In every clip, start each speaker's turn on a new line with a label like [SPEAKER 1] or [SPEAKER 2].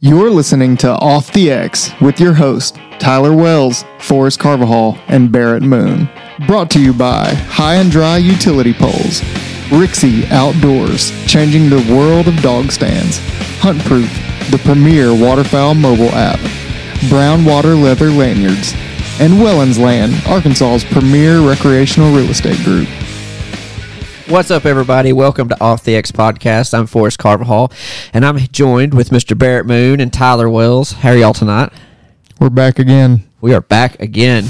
[SPEAKER 1] You're listening to Off the X with your host, Tyler Wells, Forrest Carvajal, and Barrett Moon. Brought to you by High and Dry Utility Poles, Rixie Outdoors, changing the world of dog stands, Hunt Proof, the premier waterfowl mobile app, Brown Water Leather Lanyards, and Wellens Land, Arkansas's premier recreational real estate group.
[SPEAKER 2] What's up, everybody? Welcome to Off the X Podcast. I'm Forrest Carvajal, and I'm joined with Mr. Barrett Moon and Tyler Wells. How are y'all tonight?
[SPEAKER 1] We're back again.
[SPEAKER 2] We are back again.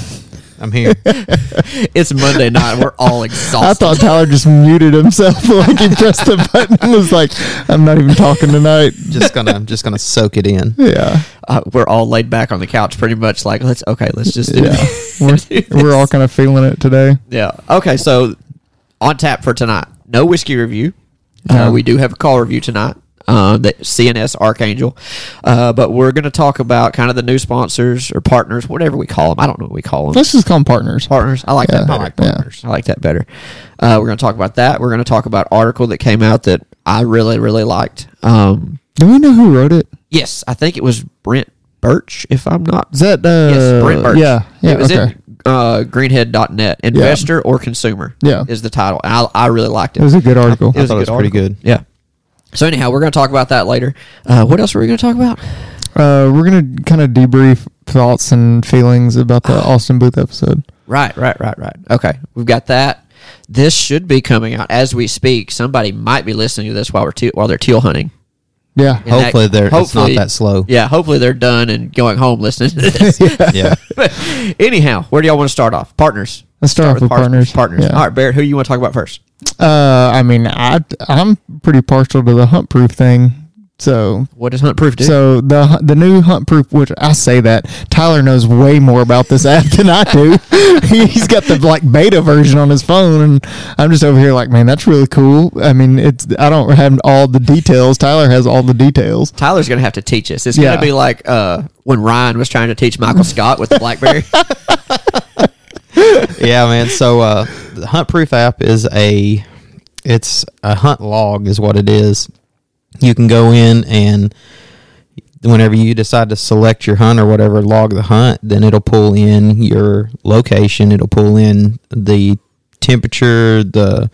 [SPEAKER 3] I'm here.
[SPEAKER 2] It's Monday night. We're all exhausted.
[SPEAKER 1] I thought Tyler just muted himself like he pressed the button and was like, I'm not even talking tonight.
[SPEAKER 3] just gonna I'm just gonna soak it in.
[SPEAKER 1] Yeah.
[SPEAKER 2] uh, we're all laid back on the couch, pretty much. Like, let's okay, let's just do
[SPEAKER 1] Yeah.
[SPEAKER 2] it.
[SPEAKER 1] We're,
[SPEAKER 2] Dude,
[SPEAKER 1] we're all kind of feeling it today.
[SPEAKER 2] Yeah. Okay. So on tap for tonight, no whiskey review.
[SPEAKER 1] Uh-huh.
[SPEAKER 2] Uh, we do have a call review tonight. Um, that CNS Archangel, uh, but we're going to talk about kind of the new sponsors or partners, whatever we call them. I don't know what we call them.
[SPEAKER 1] Let's just call them partners.
[SPEAKER 2] partners. I like
[SPEAKER 1] Yeah.
[SPEAKER 2] that.
[SPEAKER 3] I
[SPEAKER 2] Better.
[SPEAKER 3] like
[SPEAKER 1] Yeah.
[SPEAKER 3] partners.
[SPEAKER 2] I like that better. Uh, we're going to talk about that. We're going to talk about article that came out that I really really liked. Um,
[SPEAKER 1] Do we know who wrote it?
[SPEAKER 2] yes, I think it was Brent Birch, if I'm not
[SPEAKER 1] Is that uh,
[SPEAKER 2] Yes, Brent Birch.
[SPEAKER 1] Yeah. Yeah.
[SPEAKER 2] it was
[SPEAKER 1] okay.
[SPEAKER 2] at uh, greenhead.net. Investor or consumer
[SPEAKER 1] Yeah.
[SPEAKER 2] is the title. And I, I really liked it.
[SPEAKER 1] It was a good article.
[SPEAKER 3] I thought it was pretty
[SPEAKER 2] article.
[SPEAKER 3] good.
[SPEAKER 2] Yeah. So anyhow, we're going to talk about that later. Uh, what else were we going to talk about?
[SPEAKER 1] Uh, we're gonna kind of debrief thoughts and feelings about the Austin Booth episode.
[SPEAKER 2] Right, right, right, right. Okay, we've got that. This should be coming out as we speak. Somebody might be listening to this while we're te- while they're teal hunting.
[SPEAKER 1] Yeah.
[SPEAKER 2] And that-
[SPEAKER 3] Hopefully they're- it's not that slow.
[SPEAKER 2] Yeah, hopefully they're done and going home listening to this.
[SPEAKER 3] Yeah.
[SPEAKER 2] Anyhow, where do y'all want to start off? Partners.
[SPEAKER 1] Let's start, off with partners.
[SPEAKER 2] Partners.
[SPEAKER 1] Yeah.
[SPEAKER 2] All right, Barrett, who you want to talk about first?
[SPEAKER 1] Uh, I mean, I I'm pretty partial to the hunt proof thing. So
[SPEAKER 2] What does Hunt Proof do?
[SPEAKER 1] So the the new hunt proof, which I say that Tyler knows way more about this app than I do. He's got the like beta version on his phone, and I'm just over here like, man, that's really cool. I mean, it's I don't have all the details. Tyler has all the details.
[SPEAKER 2] Tyler's going to have to teach us. It's
[SPEAKER 1] Yeah.
[SPEAKER 2] going to be like uh, when Ryan was trying to teach Michael Scott with the BlackBerry.
[SPEAKER 3] yeah, man. So uh, the Hunt Proof app is a it's a hunt log is what it is. You can go in and whenever you decide to select your hunt or whatever log the hunt, then it'll pull in your location, it'll pull in the temperature, the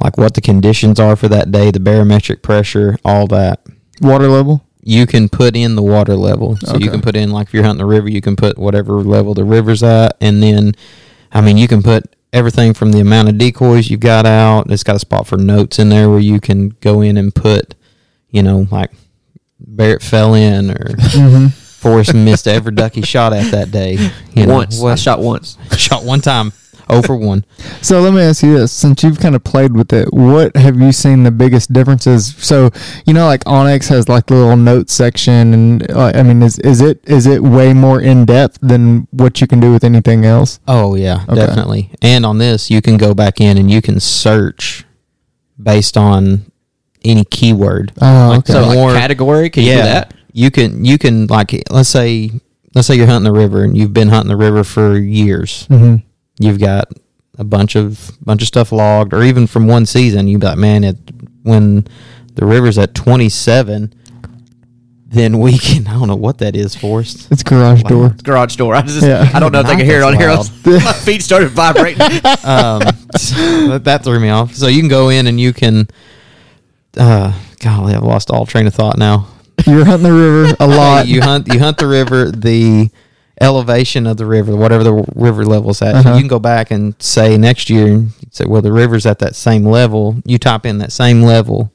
[SPEAKER 3] like what the conditions are for that day, the barometric pressure, all that.
[SPEAKER 1] Water level.
[SPEAKER 3] you can put in the water level. So
[SPEAKER 1] Okay.
[SPEAKER 3] you can put in like if you're hunting the river, you can put whatever level the river's at, and then I mean you can put everything from the amount of decoys you've got out. It's got a spot for notes in there where you can go in and put, you know, like Barrett fell in or
[SPEAKER 1] Mm-hmm.
[SPEAKER 3] Forrest missed every duck he shot at that day. You know,
[SPEAKER 2] once. I
[SPEAKER 3] what-
[SPEAKER 2] shot once.
[SPEAKER 3] shot one time, oh for one.
[SPEAKER 1] So let me ask you this: since you've kind of played with it, what have you seen the biggest differences? So you know, like Onyx has like the little note section, and uh, I mean, is is it is it way more in depth than what you can do with anything else?
[SPEAKER 3] Oh yeah,
[SPEAKER 1] Okay.
[SPEAKER 3] definitely. And on this, you can go back in and you can search based on any keyword.
[SPEAKER 1] Oh, okay.
[SPEAKER 2] So
[SPEAKER 3] the
[SPEAKER 2] like
[SPEAKER 3] more-
[SPEAKER 2] category, can you do that?
[SPEAKER 3] You can you can like let's say let's say you're hunting the river and you've been hunting the river for years.
[SPEAKER 1] Mm-hmm.
[SPEAKER 3] You've got a bunch of bunch of stuff logged, or even from one season, you'd be like, man, it when the river's at 27, then we can I don't know what that is, Forrest.
[SPEAKER 1] It's garage door.
[SPEAKER 2] It's garage door. I just
[SPEAKER 1] Yeah.
[SPEAKER 2] I don't know if they can hear it on here.
[SPEAKER 3] That's
[SPEAKER 2] My feet started vibrating.
[SPEAKER 3] um, that, that threw me off. So you can go in and you can. Uh, golly, I've lost all train of thought now.
[SPEAKER 1] You're hunting the river a lot.
[SPEAKER 3] you hunt you hunt the river the elevation of the river whatever the river level's at
[SPEAKER 1] Uh-huh.
[SPEAKER 3] you can go back and say next year you say well the river's at that same level you type in that same level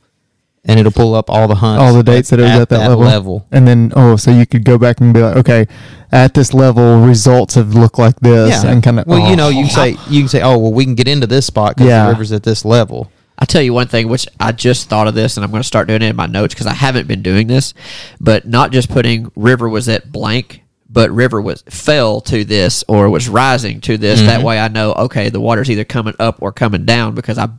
[SPEAKER 3] and it'll pull up all the hunts
[SPEAKER 1] all the dates that it was at, that, level. And then, oh, so you could go back and be like, okay, at this level, results have looked like this,
[SPEAKER 3] yeah
[SPEAKER 1] and oh. kind of.
[SPEAKER 3] well you know you can say you can say oh well we can get into this spot because
[SPEAKER 1] Yeah.
[SPEAKER 3] the river's at this level
[SPEAKER 2] I tell you one thing, which I just thought of this, and I'm going to start doing it in my notes because I haven't been doing this. But not just putting river was at blank, but river was fell to this or was rising to this. That way, I know okay, the water's either coming up or coming down because I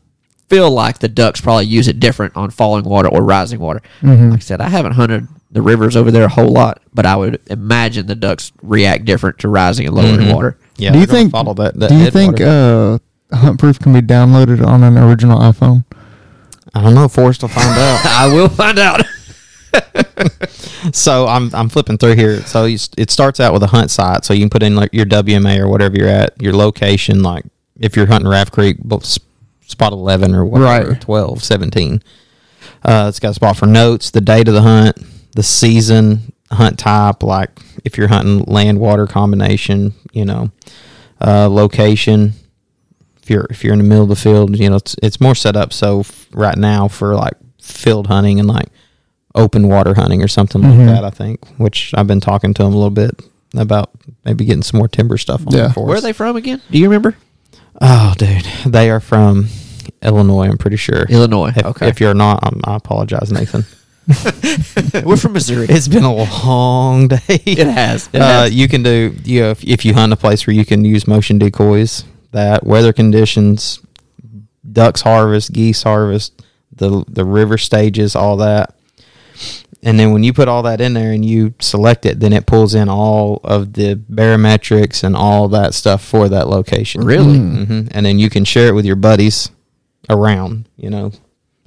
[SPEAKER 2] feel like the ducks probably use it different on falling water or rising water. Like I said, I haven't hunted the rivers over there a whole lot, but I would imagine the ducks react different to rising and lowering water.
[SPEAKER 3] yeah
[SPEAKER 1] do you
[SPEAKER 3] they're gonna
[SPEAKER 1] think?
[SPEAKER 3] follow that, that
[SPEAKER 1] do you
[SPEAKER 3] headwater.
[SPEAKER 1] think uh, hunt proof can be downloaded on an original iPhone?
[SPEAKER 3] i don't know forrest will find out
[SPEAKER 2] I will find out.
[SPEAKER 3] so I'm I'm flipping through here. So you, s- it starts out with a hunt site. So you can put in like your WMA or whatever you're at, your location. Like if you're hunting Raft Creek, bo- s- spot eleven or whatever,
[SPEAKER 1] Right.
[SPEAKER 3] 12, 17. Uh, it's got a spot for notes, the date of the hunt, the season, hunt type. Like if you're hunting land water combination, you know, uh, location. If you're if you're in the middle of the field, you know it's it's more set up so f- right now for like field hunting and like open water hunting or something like that. I think, which I've been talking to them a little bit about maybe getting some more timber stuff on
[SPEAKER 1] Yeah.
[SPEAKER 3] yeah. for
[SPEAKER 2] Where are
[SPEAKER 3] us.
[SPEAKER 2] they from again? Do you remember?
[SPEAKER 3] Oh, dude, they are from Illinois. I'm pretty sure.
[SPEAKER 2] Illinois.
[SPEAKER 3] If,
[SPEAKER 2] okay.
[SPEAKER 3] if you're not, um, I apologize, Nathan.
[SPEAKER 2] We're from Missouri.
[SPEAKER 3] It's been a long day.
[SPEAKER 2] It has. It
[SPEAKER 3] uh,
[SPEAKER 2] has.
[SPEAKER 3] You can do you know, if, if you hunt a place where you can use motion decoys. That weather conditions, ducks harvest, geese harvest, the the river stages, all that. And then when you put all that in there and you select it, then it pulls in all of the barometrics and all that stuff for that location.
[SPEAKER 2] Really?
[SPEAKER 3] hmm And then you can share it with your buddies around. You know,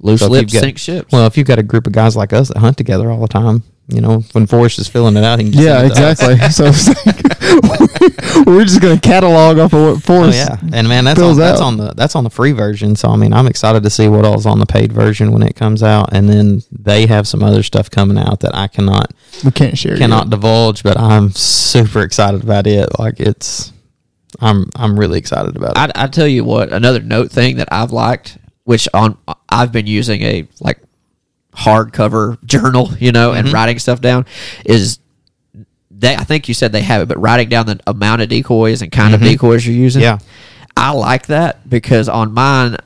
[SPEAKER 2] Loose
[SPEAKER 3] so if
[SPEAKER 2] lips
[SPEAKER 3] you've got-
[SPEAKER 2] sink ships.
[SPEAKER 3] well, if you've got a group of guys like us that hunt together all the time, you know, when Forrest is filling it out, he can just
[SPEAKER 1] Yeah,
[SPEAKER 3] send it to us.
[SPEAKER 1] exactly. so it's like, we're just gonna catalog off of what
[SPEAKER 3] Oh
[SPEAKER 1] force.
[SPEAKER 3] yeah, and man, that's
[SPEAKER 1] Fills
[SPEAKER 3] on, that's
[SPEAKER 1] out.
[SPEAKER 3] on the that's on the free version. So I mean, I'm excited to see what all's on the paid version when it comes out, and then they have some other stuff coming out that I cannot
[SPEAKER 1] we can't share.
[SPEAKER 3] cannot
[SPEAKER 1] yet.
[SPEAKER 3] divulge, but I'm super excited about it. Like it's, I'm I'm really excited about it.
[SPEAKER 2] I, I tell you what, another note thing that I've liked, which on I've been using a like hardcover journal, you know,
[SPEAKER 1] Mm-hmm.
[SPEAKER 2] and writing stuff down is they. I think you said they have it, but writing down the amount of decoys and kind
[SPEAKER 1] Mm-hmm.
[SPEAKER 2] of decoys you're using.
[SPEAKER 3] Yeah.
[SPEAKER 2] I like that because on mine,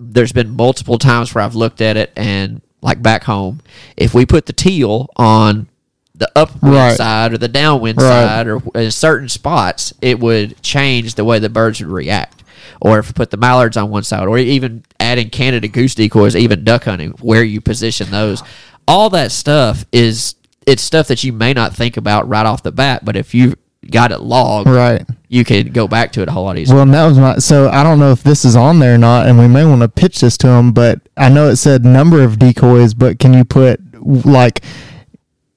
[SPEAKER 2] there's been multiple times where I've looked at it and like back home, if we put the teal on the upwind
[SPEAKER 1] Right.
[SPEAKER 2] side or the downwind
[SPEAKER 1] Right.
[SPEAKER 2] side or in certain spots, it would change the way the birds would react. Or if you put the mallards on one side, or even adding Canada goose decoys, even duck hunting, where you position those, all that stuff is it's stuff that you may not think about right off the bat. But if you got it logged,
[SPEAKER 1] Right.
[SPEAKER 2] you can go back to it a whole lot easier.
[SPEAKER 1] Well, and that was my. So I don't know if this is on there or not, and we may want to pitch this to them. But I know it said number of decoys, but can you put like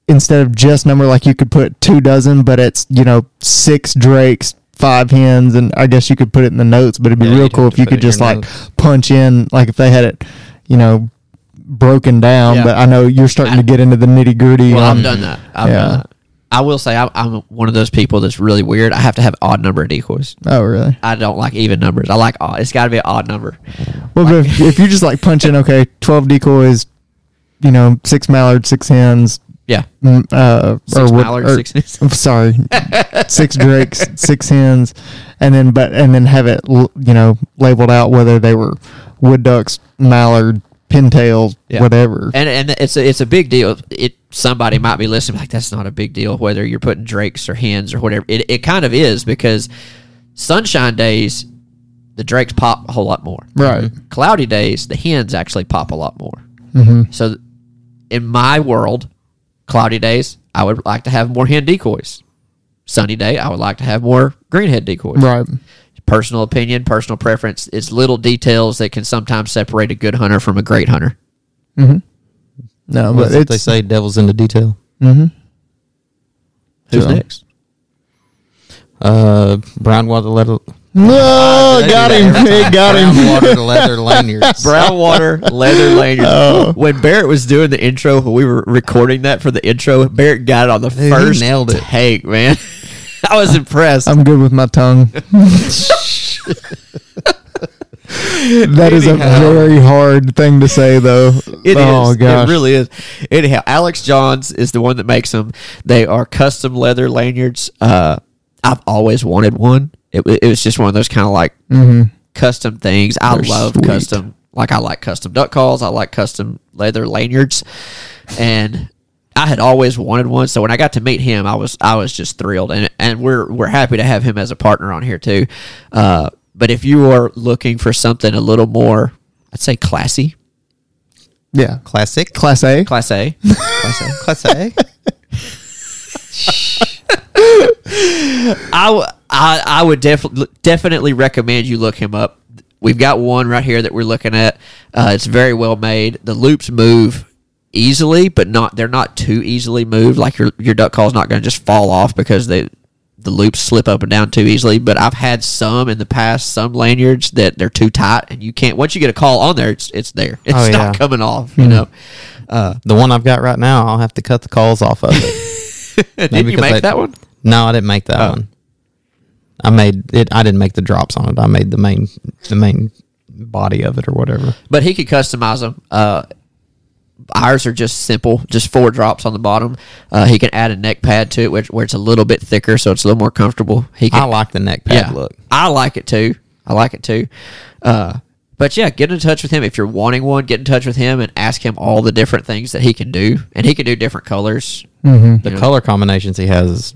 [SPEAKER 1] instead of just number, like you could put two dozen, but it's you know six drakes, five hens, and I guess you could put it in the notes. But it'd be
[SPEAKER 3] Yeah,
[SPEAKER 1] real
[SPEAKER 3] you'd
[SPEAKER 1] cool
[SPEAKER 3] have
[SPEAKER 1] if
[SPEAKER 3] to
[SPEAKER 1] you
[SPEAKER 3] put
[SPEAKER 1] could
[SPEAKER 3] it in
[SPEAKER 1] just
[SPEAKER 3] your
[SPEAKER 1] like
[SPEAKER 3] notes.
[SPEAKER 1] punch in, like if they had it, you know, broken down.
[SPEAKER 2] Yeah.
[SPEAKER 1] But I know you're starting
[SPEAKER 2] I-
[SPEAKER 1] to get into the nitty gritty.
[SPEAKER 2] Well, I've done that. I've
[SPEAKER 1] um, Yeah.
[SPEAKER 2] done that. I will say I'm, I'm one of those people that's really weird. I have to have odd number of decoys.
[SPEAKER 1] Oh, really?
[SPEAKER 2] I don't like even numbers. I like odd. It's got to be an odd number.
[SPEAKER 1] Well, but if, if you just like punch in, okay, 12 decoys, you know, six mallards, six hens,
[SPEAKER 2] Yeah.
[SPEAKER 1] mm, uh,
[SPEAKER 2] Six
[SPEAKER 1] what-
[SPEAKER 2] mallards,
[SPEAKER 1] or-
[SPEAKER 2] six hens.
[SPEAKER 1] I'm sorry, six drakes, six hens, and then, but, and then have it, l- you know, labeled out whether they were wood ducks, mallard, pintails,
[SPEAKER 2] Yeah.
[SPEAKER 1] whatever.
[SPEAKER 2] And and it's a, it's a big deal. It somebody might be listening like that's not a big deal whether you're putting drakes or hens or whatever. It it kind of is because sunshine days the drakes pop a whole lot more. Mm-hmm.
[SPEAKER 1] right.
[SPEAKER 2] Cloudy days the hens actually pop a lot more. So th- in my world, cloudy days I would like to have more hen decoys. Sunny day I would like to have more greenhead decoys
[SPEAKER 1] Right.
[SPEAKER 2] personal opinion, personal preference. It's little details that can sometimes separate a good hunter from a great hunter.
[SPEAKER 1] No,
[SPEAKER 3] But
[SPEAKER 1] but
[SPEAKER 3] they
[SPEAKER 1] it's,
[SPEAKER 3] say devil's in the detail.
[SPEAKER 2] Who's
[SPEAKER 1] So-
[SPEAKER 2] next?
[SPEAKER 3] Uh, brown water leather.
[SPEAKER 1] no,
[SPEAKER 3] They do
[SPEAKER 1] got
[SPEAKER 3] that
[SPEAKER 1] him,
[SPEAKER 3] every
[SPEAKER 1] pig,
[SPEAKER 3] time.
[SPEAKER 1] got him.
[SPEAKER 3] Brown water leather lanyards.
[SPEAKER 2] Brown water,
[SPEAKER 3] Oh.
[SPEAKER 2] leather lanyards. When Barrett was doing the intro, when we were recording that for the intro, Barrett got it on the
[SPEAKER 3] he
[SPEAKER 2] first
[SPEAKER 3] nailed it.
[SPEAKER 2] take, man. I was impressed.
[SPEAKER 1] I'm good with my tongue. that is a
[SPEAKER 2] Anyhow.
[SPEAKER 1] very hard thing to say, though.
[SPEAKER 2] It is.
[SPEAKER 1] oh, gosh.
[SPEAKER 2] It really is. Anyhow, Alex Johns is the one that makes them. They are custom leather lanyards. Uh, I've always wanted one. It, wa- it was just one of those kind of like custom things. I
[SPEAKER 1] Mm-hmm. They're
[SPEAKER 2] love
[SPEAKER 1] sweet.
[SPEAKER 2] custom. Like I like custom duck calls. I like custom leather lanyards, and I had always wanted one. So when I got to meet him, I was I was just thrilled, and and we're we're happy to have him as a partner on here too. Uh, but if you are looking for something a little more, I'd say classy,
[SPEAKER 1] yeah.
[SPEAKER 3] Classic.
[SPEAKER 1] Class A.
[SPEAKER 2] class A.
[SPEAKER 3] Classic.
[SPEAKER 2] I, w- I, I would def- definitely recommend you look him up. We've got one right here that we're looking at. Uh, it's very well made. The loops move easily, but not they're not too easily moved. Like your your duck call's not going to just fall off because they the loops slip up and down too easily. But I've had some in the past, some lanyards that they're too tight, and you can't. Once you get a call on there, it's it's there. It's
[SPEAKER 3] Oh, yeah.
[SPEAKER 2] not coming off. You know. Uh,
[SPEAKER 3] The one I've got right now, I'll have to cut the calls off of it.
[SPEAKER 2] did you
[SPEAKER 3] because
[SPEAKER 2] make
[SPEAKER 3] they-
[SPEAKER 2] that one? Oh.
[SPEAKER 3] No, I didn't make that one. I made it. I didn't make the drops on it. I made the main the main body of it or whatever.
[SPEAKER 2] but he could customize them. Uh, ours are just simple, just four drops on the bottom. Uh, he can add a neck pad to it, which where it's a little bit thicker, so it's a little more comfortable. He can,
[SPEAKER 3] I like the neck pad look.
[SPEAKER 2] I like it too. I like it too. Uh, but yeah, get in touch with him if you're wanting one. Get in touch with him and ask him all the different things that he can do, and he can do different colors.
[SPEAKER 3] The color combinations he has, is-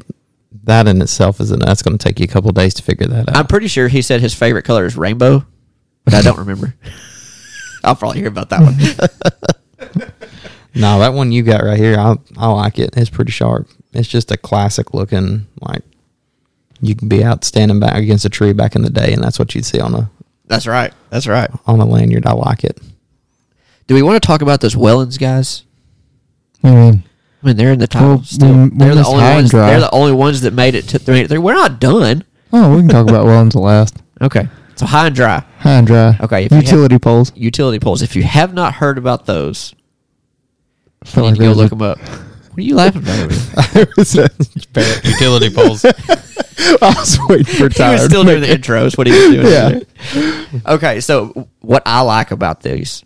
[SPEAKER 3] that in itself is that's going to take you a couple of days to figure that out.
[SPEAKER 2] I'm pretty sure he said his favorite color is rainbow, but I don't remember. I'll probably hear about that one.
[SPEAKER 3] no, that one you got right here, I I like it. It's pretty sharp. It's just a classic looking like you can be out standing back against a tree back in the day, and that's what you'd see on a
[SPEAKER 2] That's right. That's right.
[SPEAKER 3] on a lanyard. I like it.
[SPEAKER 2] Do we want to talk about those Wellens guys?
[SPEAKER 1] I mean,
[SPEAKER 2] I mean, they're in the title
[SPEAKER 1] Well,
[SPEAKER 2] still.
[SPEAKER 1] when- when
[SPEAKER 2] they're the
[SPEAKER 1] this
[SPEAKER 2] only
[SPEAKER 1] high
[SPEAKER 2] ones.
[SPEAKER 1] drive-
[SPEAKER 2] They're the only ones that made it to three. We're not done.
[SPEAKER 1] oh, we can talk about well into last.
[SPEAKER 2] Okay. So high and dry
[SPEAKER 1] High and dry.
[SPEAKER 2] Okay, if you have-
[SPEAKER 1] Utility poles.
[SPEAKER 2] utility poles. If you have not heard about those,
[SPEAKER 1] I
[SPEAKER 2] you
[SPEAKER 1] feel
[SPEAKER 2] need to go
[SPEAKER 1] there's
[SPEAKER 2] look
[SPEAKER 1] a-
[SPEAKER 2] them up. What are you laughing about? over there?
[SPEAKER 3] utility poles.
[SPEAKER 1] I was waiting for
[SPEAKER 2] he
[SPEAKER 1] time.
[SPEAKER 2] was still doing the intros. What he was doing.
[SPEAKER 1] Yeah.
[SPEAKER 2] over there. Okay, so what I like about these,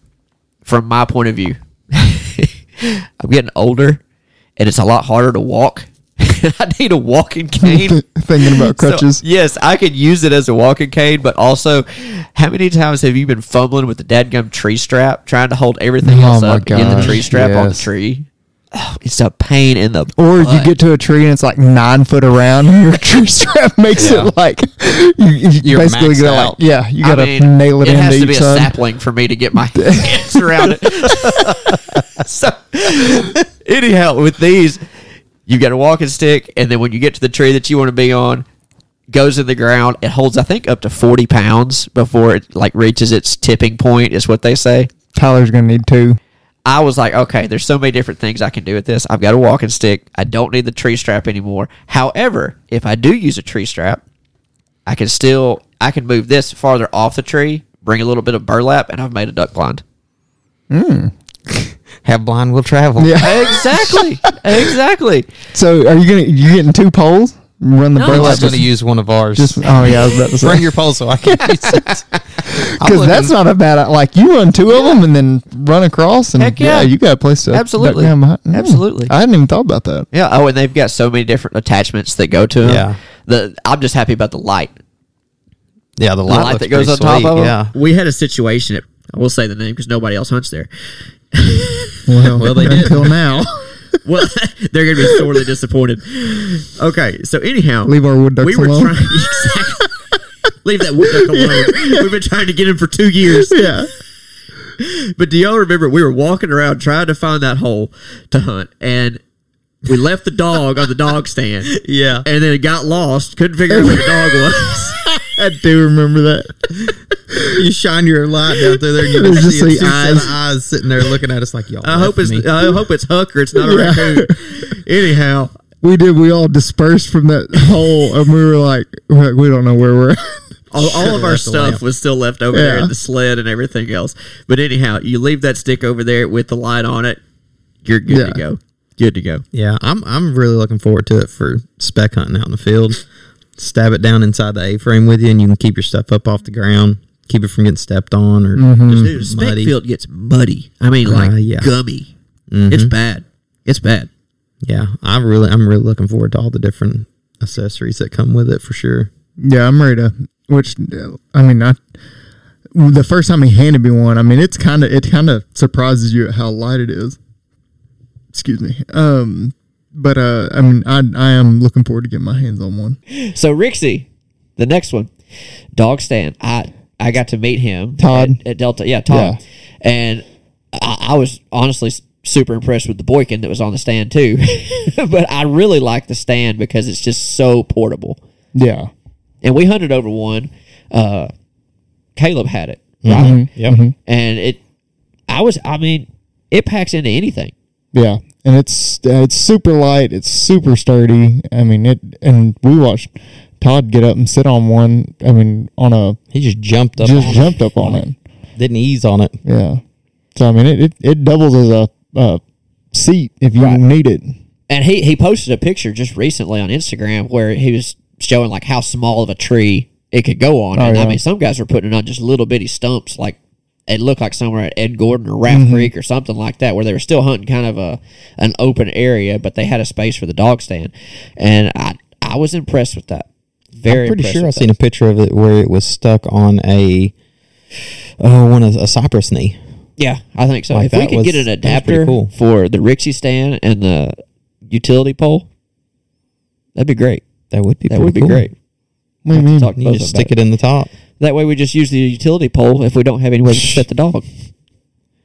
[SPEAKER 2] from my point of view, I'm getting older, and it's a lot harder to walk. I need a walking cane.
[SPEAKER 1] Thinking about
[SPEAKER 2] So,
[SPEAKER 1] crutches.
[SPEAKER 2] yes, I could use it as a walking cane, but also, how many times have you been fumbling with the dadgum tree strap, trying to hold everything
[SPEAKER 1] Oh
[SPEAKER 2] else
[SPEAKER 1] my
[SPEAKER 2] up in the
[SPEAKER 1] gosh,
[SPEAKER 2] tree strap on the
[SPEAKER 1] yes.
[SPEAKER 2] tree? Oh, it's a pain in the
[SPEAKER 1] Or you
[SPEAKER 2] butt.
[SPEAKER 1] get to a tree and it's like nine foot around, and your tree strap makes
[SPEAKER 3] Yeah.
[SPEAKER 1] it like you, you
[SPEAKER 3] You're
[SPEAKER 1] basically
[SPEAKER 3] maxed
[SPEAKER 1] gotta
[SPEAKER 3] out.
[SPEAKER 1] like yeah, you
[SPEAKER 2] I
[SPEAKER 1] gotta
[SPEAKER 2] mean,
[SPEAKER 1] nail it,
[SPEAKER 2] It
[SPEAKER 1] into
[SPEAKER 2] has to
[SPEAKER 1] each
[SPEAKER 2] be a
[SPEAKER 1] side.
[SPEAKER 2] sapling for me to get my hands around it. so, anyhow, with these, you got a walking stick, and then when you get to the tree that you want to be on, goes in the ground. It holds, I think, up to forty pounds before it like reaches its tipping point. Is what they say.
[SPEAKER 1] Tyler's gonna need two.
[SPEAKER 2] I was like, okay, there's so many different things I can do with this. I've got a walking stick. I don't need the tree strap anymore. However, if I do use a tree strap, I can still I can move this farther off the tree, bring a little bit of burlap, and I've made a duck blind.
[SPEAKER 3] Have blind will travel.
[SPEAKER 1] Yeah.
[SPEAKER 2] Exactly. exactly.
[SPEAKER 1] So are you gonna you getting two poles? Run the
[SPEAKER 2] No,
[SPEAKER 3] I
[SPEAKER 1] burlap.
[SPEAKER 3] was
[SPEAKER 2] just-
[SPEAKER 3] going
[SPEAKER 1] Just,
[SPEAKER 3] to use one of ours.
[SPEAKER 1] just oh yeah, I was about to
[SPEAKER 3] Bring
[SPEAKER 1] say
[SPEAKER 3] your pole so I can use it.
[SPEAKER 1] because that's not a bad like you run two of them and then run across and
[SPEAKER 2] Heck yeah.
[SPEAKER 1] yeah. you got a place to duck
[SPEAKER 2] Absolutely.
[SPEAKER 1] down behind. Mm.
[SPEAKER 2] Absolutely.
[SPEAKER 1] I hadn't even thought about that.
[SPEAKER 2] Yeah. Oh, and they've got so many different attachments that go to them.
[SPEAKER 3] Yeah.
[SPEAKER 2] The I'm just happy about the light.
[SPEAKER 3] yeah, the
[SPEAKER 2] the
[SPEAKER 3] light,
[SPEAKER 2] light
[SPEAKER 3] looks
[SPEAKER 2] that goes on
[SPEAKER 3] pretty
[SPEAKER 2] top
[SPEAKER 3] sweet,
[SPEAKER 2] of them.
[SPEAKER 3] Yeah.
[SPEAKER 2] We had a situation. At, I will say the name because nobody else hunts there.
[SPEAKER 1] Well,
[SPEAKER 3] they did.
[SPEAKER 1] until now.
[SPEAKER 2] well, they're going to be sorely disappointed. Okay, so anyhow,
[SPEAKER 1] Leave our wood ducks
[SPEAKER 2] we were
[SPEAKER 1] alone.
[SPEAKER 2] Trying, exactly. Leave that wood duck alone. We've been trying to get him for two years.
[SPEAKER 1] yeah.
[SPEAKER 2] But do y'all remember we were walking around trying to find that hole to hunt, and we left the dog on the dog stand,
[SPEAKER 3] Yeah.
[SPEAKER 2] and then it got lost. Couldn't figure out where the dog was.
[SPEAKER 1] I do remember that.
[SPEAKER 3] you shine your light down through there and you
[SPEAKER 1] There's
[SPEAKER 3] can
[SPEAKER 1] just
[SPEAKER 3] see its
[SPEAKER 1] the
[SPEAKER 3] eyes,
[SPEAKER 1] eyes.
[SPEAKER 3] eyes sitting there looking at us like, y'all.
[SPEAKER 2] I hope it's
[SPEAKER 3] me.
[SPEAKER 2] I hope it's Huck or it's not a
[SPEAKER 1] Yeah.
[SPEAKER 2] raccoon. Anyhow,
[SPEAKER 1] We did. We all dispersed from that hole, and we were like, we're like, we don't know where we're. at.
[SPEAKER 2] All, all of our
[SPEAKER 3] left the
[SPEAKER 2] stuff
[SPEAKER 3] lamp.
[SPEAKER 2] was still left over there
[SPEAKER 1] Yeah.
[SPEAKER 2] in the sled and everything else. But anyhow, you leave that stick over there with the light on it, you're good to
[SPEAKER 1] Yeah.
[SPEAKER 2] go. Good to go.
[SPEAKER 3] Yeah, I'm I'm really looking forward to it for spec hunting out in the field. Stab it down inside the A-frame with you, and you can keep your stuff up off the ground, keep it from getting stepped on or
[SPEAKER 2] Dude,
[SPEAKER 3] just
[SPEAKER 2] spec
[SPEAKER 3] muddy.
[SPEAKER 2] field gets muddy. I mean, like
[SPEAKER 3] Uh, yeah.
[SPEAKER 2] gummy. It's bad. It's bad.
[SPEAKER 3] Yeah, I really I'm really looking forward to all the different accessories that come with it for sure.
[SPEAKER 1] Yeah, I'm ready to. Which uh, I mean, I the first time he handed me one, I mean, it's kind of it kind of surprises you at how light it is. Excuse me. Um, but uh, I mean, I I am looking forward to getting my hands on one.
[SPEAKER 2] So Rixie, the next one, dog stand. I I got to meet him,
[SPEAKER 1] Todd.
[SPEAKER 2] at, at Delta. Yeah, Todd, and I, I was honestly s- super impressed with the Boykin that was on the stand too. but I really like the stand because it's just so portable.
[SPEAKER 1] Yeah.
[SPEAKER 2] and we hunted over one. Uh,
[SPEAKER 1] Mm-hmm.
[SPEAKER 2] Caleb
[SPEAKER 3] Mm-hmm.
[SPEAKER 2] had it, right?
[SPEAKER 3] Yeah,
[SPEAKER 2] And it, I was, I mean, it packs into anything.
[SPEAKER 1] Yeah, and it's uh, it's super light. It's super sturdy. I mean it. And we watched Todd get up and sit on one. I mean on a
[SPEAKER 3] He just jumped up,
[SPEAKER 1] just
[SPEAKER 3] on
[SPEAKER 1] jumped up on it.
[SPEAKER 3] it. didn't ease on it.
[SPEAKER 1] Yeah. So I mean it it, it doubles as a uh, seat if you
[SPEAKER 2] Right.
[SPEAKER 1] need it.
[SPEAKER 2] And he, he posted a picture just recently on Instagram where he was showing like how small of a tree it could go
[SPEAKER 3] Oh,
[SPEAKER 2] on. and I
[SPEAKER 1] yeah.
[SPEAKER 2] mean, some guys were putting it on just little bitty stumps, like it looked like somewhere at Ed Gordon or Raft
[SPEAKER 3] Mm-hmm.
[SPEAKER 2] Creek or something like that, where they were still hunting kind of a an open area, but they had a space for the dog stand. And I I was impressed with that. Very
[SPEAKER 3] Pretty
[SPEAKER 2] impressed
[SPEAKER 3] sure I
[SPEAKER 2] with that.
[SPEAKER 3] seen a picture of it where it was stuck on a oh one of a cypress knee.
[SPEAKER 2] Yeah, I think so.
[SPEAKER 3] Like,
[SPEAKER 2] if we
[SPEAKER 3] that
[SPEAKER 2] could
[SPEAKER 3] was-
[SPEAKER 2] get an
[SPEAKER 3] that was pretty
[SPEAKER 2] adapter
[SPEAKER 3] cool.
[SPEAKER 2] for the Rixie stand and the utility pole, that'd be great.
[SPEAKER 3] That would be
[SPEAKER 2] That
[SPEAKER 3] pretty
[SPEAKER 2] would be
[SPEAKER 3] cool.
[SPEAKER 2] great.
[SPEAKER 1] What do you mean?
[SPEAKER 2] Talk to
[SPEAKER 3] You
[SPEAKER 2] both of
[SPEAKER 3] just
[SPEAKER 2] them
[SPEAKER 3] stick
[SPEAKER 2] about
[SPEAKER 3] it in the top.
[SPEAKER 2] it. That way, we just use the utility pole if we don't have anywhere to set the dog.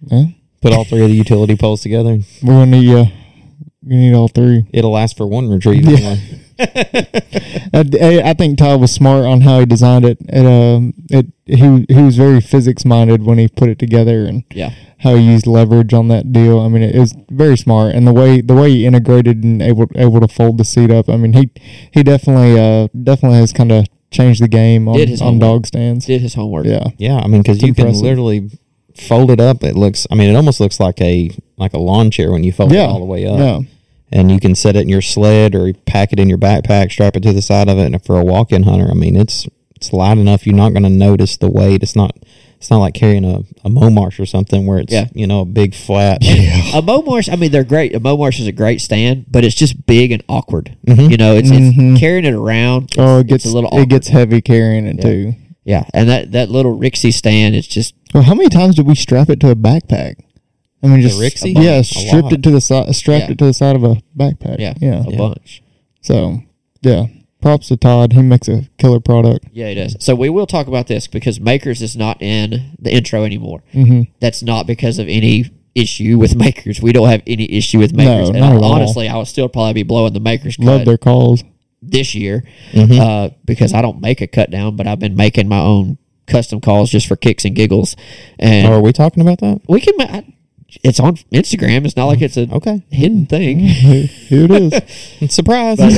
[SPEAKER 1] Yeah.
[SPEAKER 3] Put all three of the utility poles together. and
[SPEAKER 1] We're gonna need uh, you need all three.
[SPEAKER 3] It'll last for one retrieve.
[SPEAKER 1] Yeah.
[SPEAKER 3] anyway.
[SPEAKER 1] I, I- I think Todd was smart on how he designed it. And um, it he he was very physics minded when he put it together and
[SPEAKER 2] Yeah,
[SPEAKER 1] how he used leverage on that deal. I mean, it was very smart, and the way the way he integrated and able able to fold the seat up. I mean, he he definitely uh definitely has kind of changed the game on,
[SPEAKER 2] Did his
[SPEAKER 1] on
[SPEAKER 2] homework.
[SPEAKER 1] dog stands.
[SPEAKER 2] did his homework.
[SPEAKER 1] Yeah,
[SPEAKER 3] Yeah, I mean, because
[SPEAKER 1] It's
[SPEAKER 3] you
[SPEAKER 1] impressive.
[SPEAKER 3] can literally fold it up. It looks, I mean, it almost looks like a like a lawn chair when you fold
[SPEAKER 1] yeah,
[SPEAKER 3] it all the way up.
[SPEAKER 1] Yeah,
[SPEAKER 3] And you can set it in your sled or pack it in your backpack, strap it to the side of it, and for a walk-in hunter, I mean, it's it's light enough you're not going to notice the weight. It's not it's not like carrying a a Momarsh or something where it's
[SPEAKER 2] Yeah.
[SPEAKER 3] you know a big flat.
[SPEAKER 2] A Mo Marsh, I mean, they're great. A Mo Marsh is a great stand, but it's just big and awkward.
[SPEAKER 3] Mm-hmm.
[SPEAKER 2] You know, it's, it's carrying it around. It's,
[SPEAKER 1] oh, it
[SPEAKER 2] it's
[SPEAKER 1] gets
[SPEAKER 2] a little awkward.
[SPEAKER 1] it gets heavy carrying it too.
[SPEAKER 2] yeah, and that, that little Rixie stand is just
[SPEAKER 1] Well, how many times did we strap it to a backpack? I mean, just
[SPEAKER 3] Rixie?
[SPEAKER 1] yeah,
[SPEAKER 3] A
[SPEAKER 1] stripped
[SPEAKER 3] lot.
[SPEAKER 1] it to the side, strapped
[SPEAKER 2] Yeah.
[SPEAKER 1] it to the side of a backpack.
[SPEAKER 2] yeah,
[SPEAKER 1] yeah.
[SPEAKER 2] a bunch.
[SPEAKER 1] So, yeah, props to Todd. He makes a killer product.
[SPEAKER 2] Yeah, it is. So we will talk about this because Makers is not in the intro anymore.
[SPEAKER 1] Mhm.
[SPEAKER 2] That's not because of any issue with Makers. We don't have any issue with Makers.
[SPEAKER 1] No,
[SPEAKER 2] and
[SPEAKER 1] not at all.
[SPEAKER 2] honestly, I would still probably be blowing the Makers cut
[SPEAKER 1] Love their Mm-hmm. calls.
[SPEAKER 2] this year uh, because I don't make a cut down, but I've been making my own custom calls just for kicks and giggles. And
[SPEAKER 3] Oh, are we talking about that?
[SPEAKER 2] we can. ma- I, it's on Instagram. It's not like it's a
[SPEAKER 3] Okay,
[SPEAKER 2] hidden thing.
[SPEAKER 1] Here here it is.
[SPEAKER 3] surprise.
[SPEAKER 2] I'm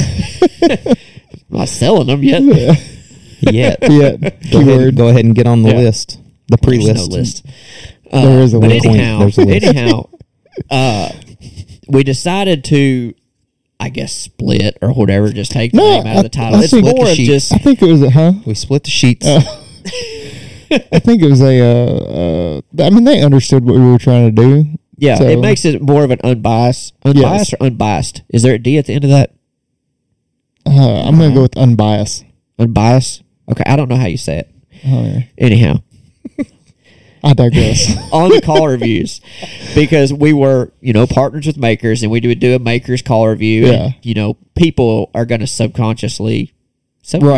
[SPEAKER 2] not selling them yet.
[SPEAKER 3] yeah,
[SPEAKER 1] yeah,
[SPEAKER 3] go ahead,
[SPEAKER 1] keyword.
[SPEAKER 3] go ahead and get on the
[SPEAKER 2] Yeah.
[SPEAKER 3] list, the
[SPEAKER 2] There's
[SPEAKER 3] pre-list.
[SPEAKER 2] no list. Uh,
[SPEAKER 1] There is a
[SPEAKER 2] but
[SPEAKER 1] list.
[SPEAKER 2] anyhow,
[SPEAKER 3] There's a list.
[SPEAKER 2] anyhow, uh, we decided to, I guess, split or whatever. Just take the
[SPEAKER 1] No,
[SPEAKER 2] name out of the
[SPEAKER 1] I-
[SPEAKER 2] title.
[SPEAKER 1] I
[SPEAKER 2] it's
[SPEAKER 1] think-
[SPEAKER 2] more
[SPEAKER 1] I
[SPEAKER 2] of just
[SPEAKER 1] I think it was a huh.
[SPEAKER 3] We split the sheets.
[SPEAKER 2] Uh.
[SPEAKER 1] I think it was a. Uh, uh, I mean, they understood what we were trying to do.
[SPEAKER 2] yeah.
[SPEAKER 1] So-
[SPEAKER 2] it makes it more of an unbiased, unbiased
[SPEAKER 1] Yes.
[SPEAKER 2] or unbiased. Is there a D at the end of that?
[SPEAKER 1] Uh, I'm
[SPEAKER 2] Uh-huh.
[SPEAKER 1] gonna go with unbiased.
[SPEAKER 2] Unbiased. Okay, I don't know how you say it.
[SPEAKER 1] Oh, yeah.
[SPEAKER 2] Anyhow,
[SPEAKER 1] I digress.
[SPEAKER 2] on the call reviews because we were, you know, partners with makers and we do do a makers call review.
[SPEAKER 1] Yeah.
[SPEAKER 2] And, you know, people are going to subconsciously,
[SPEAKER 1] right?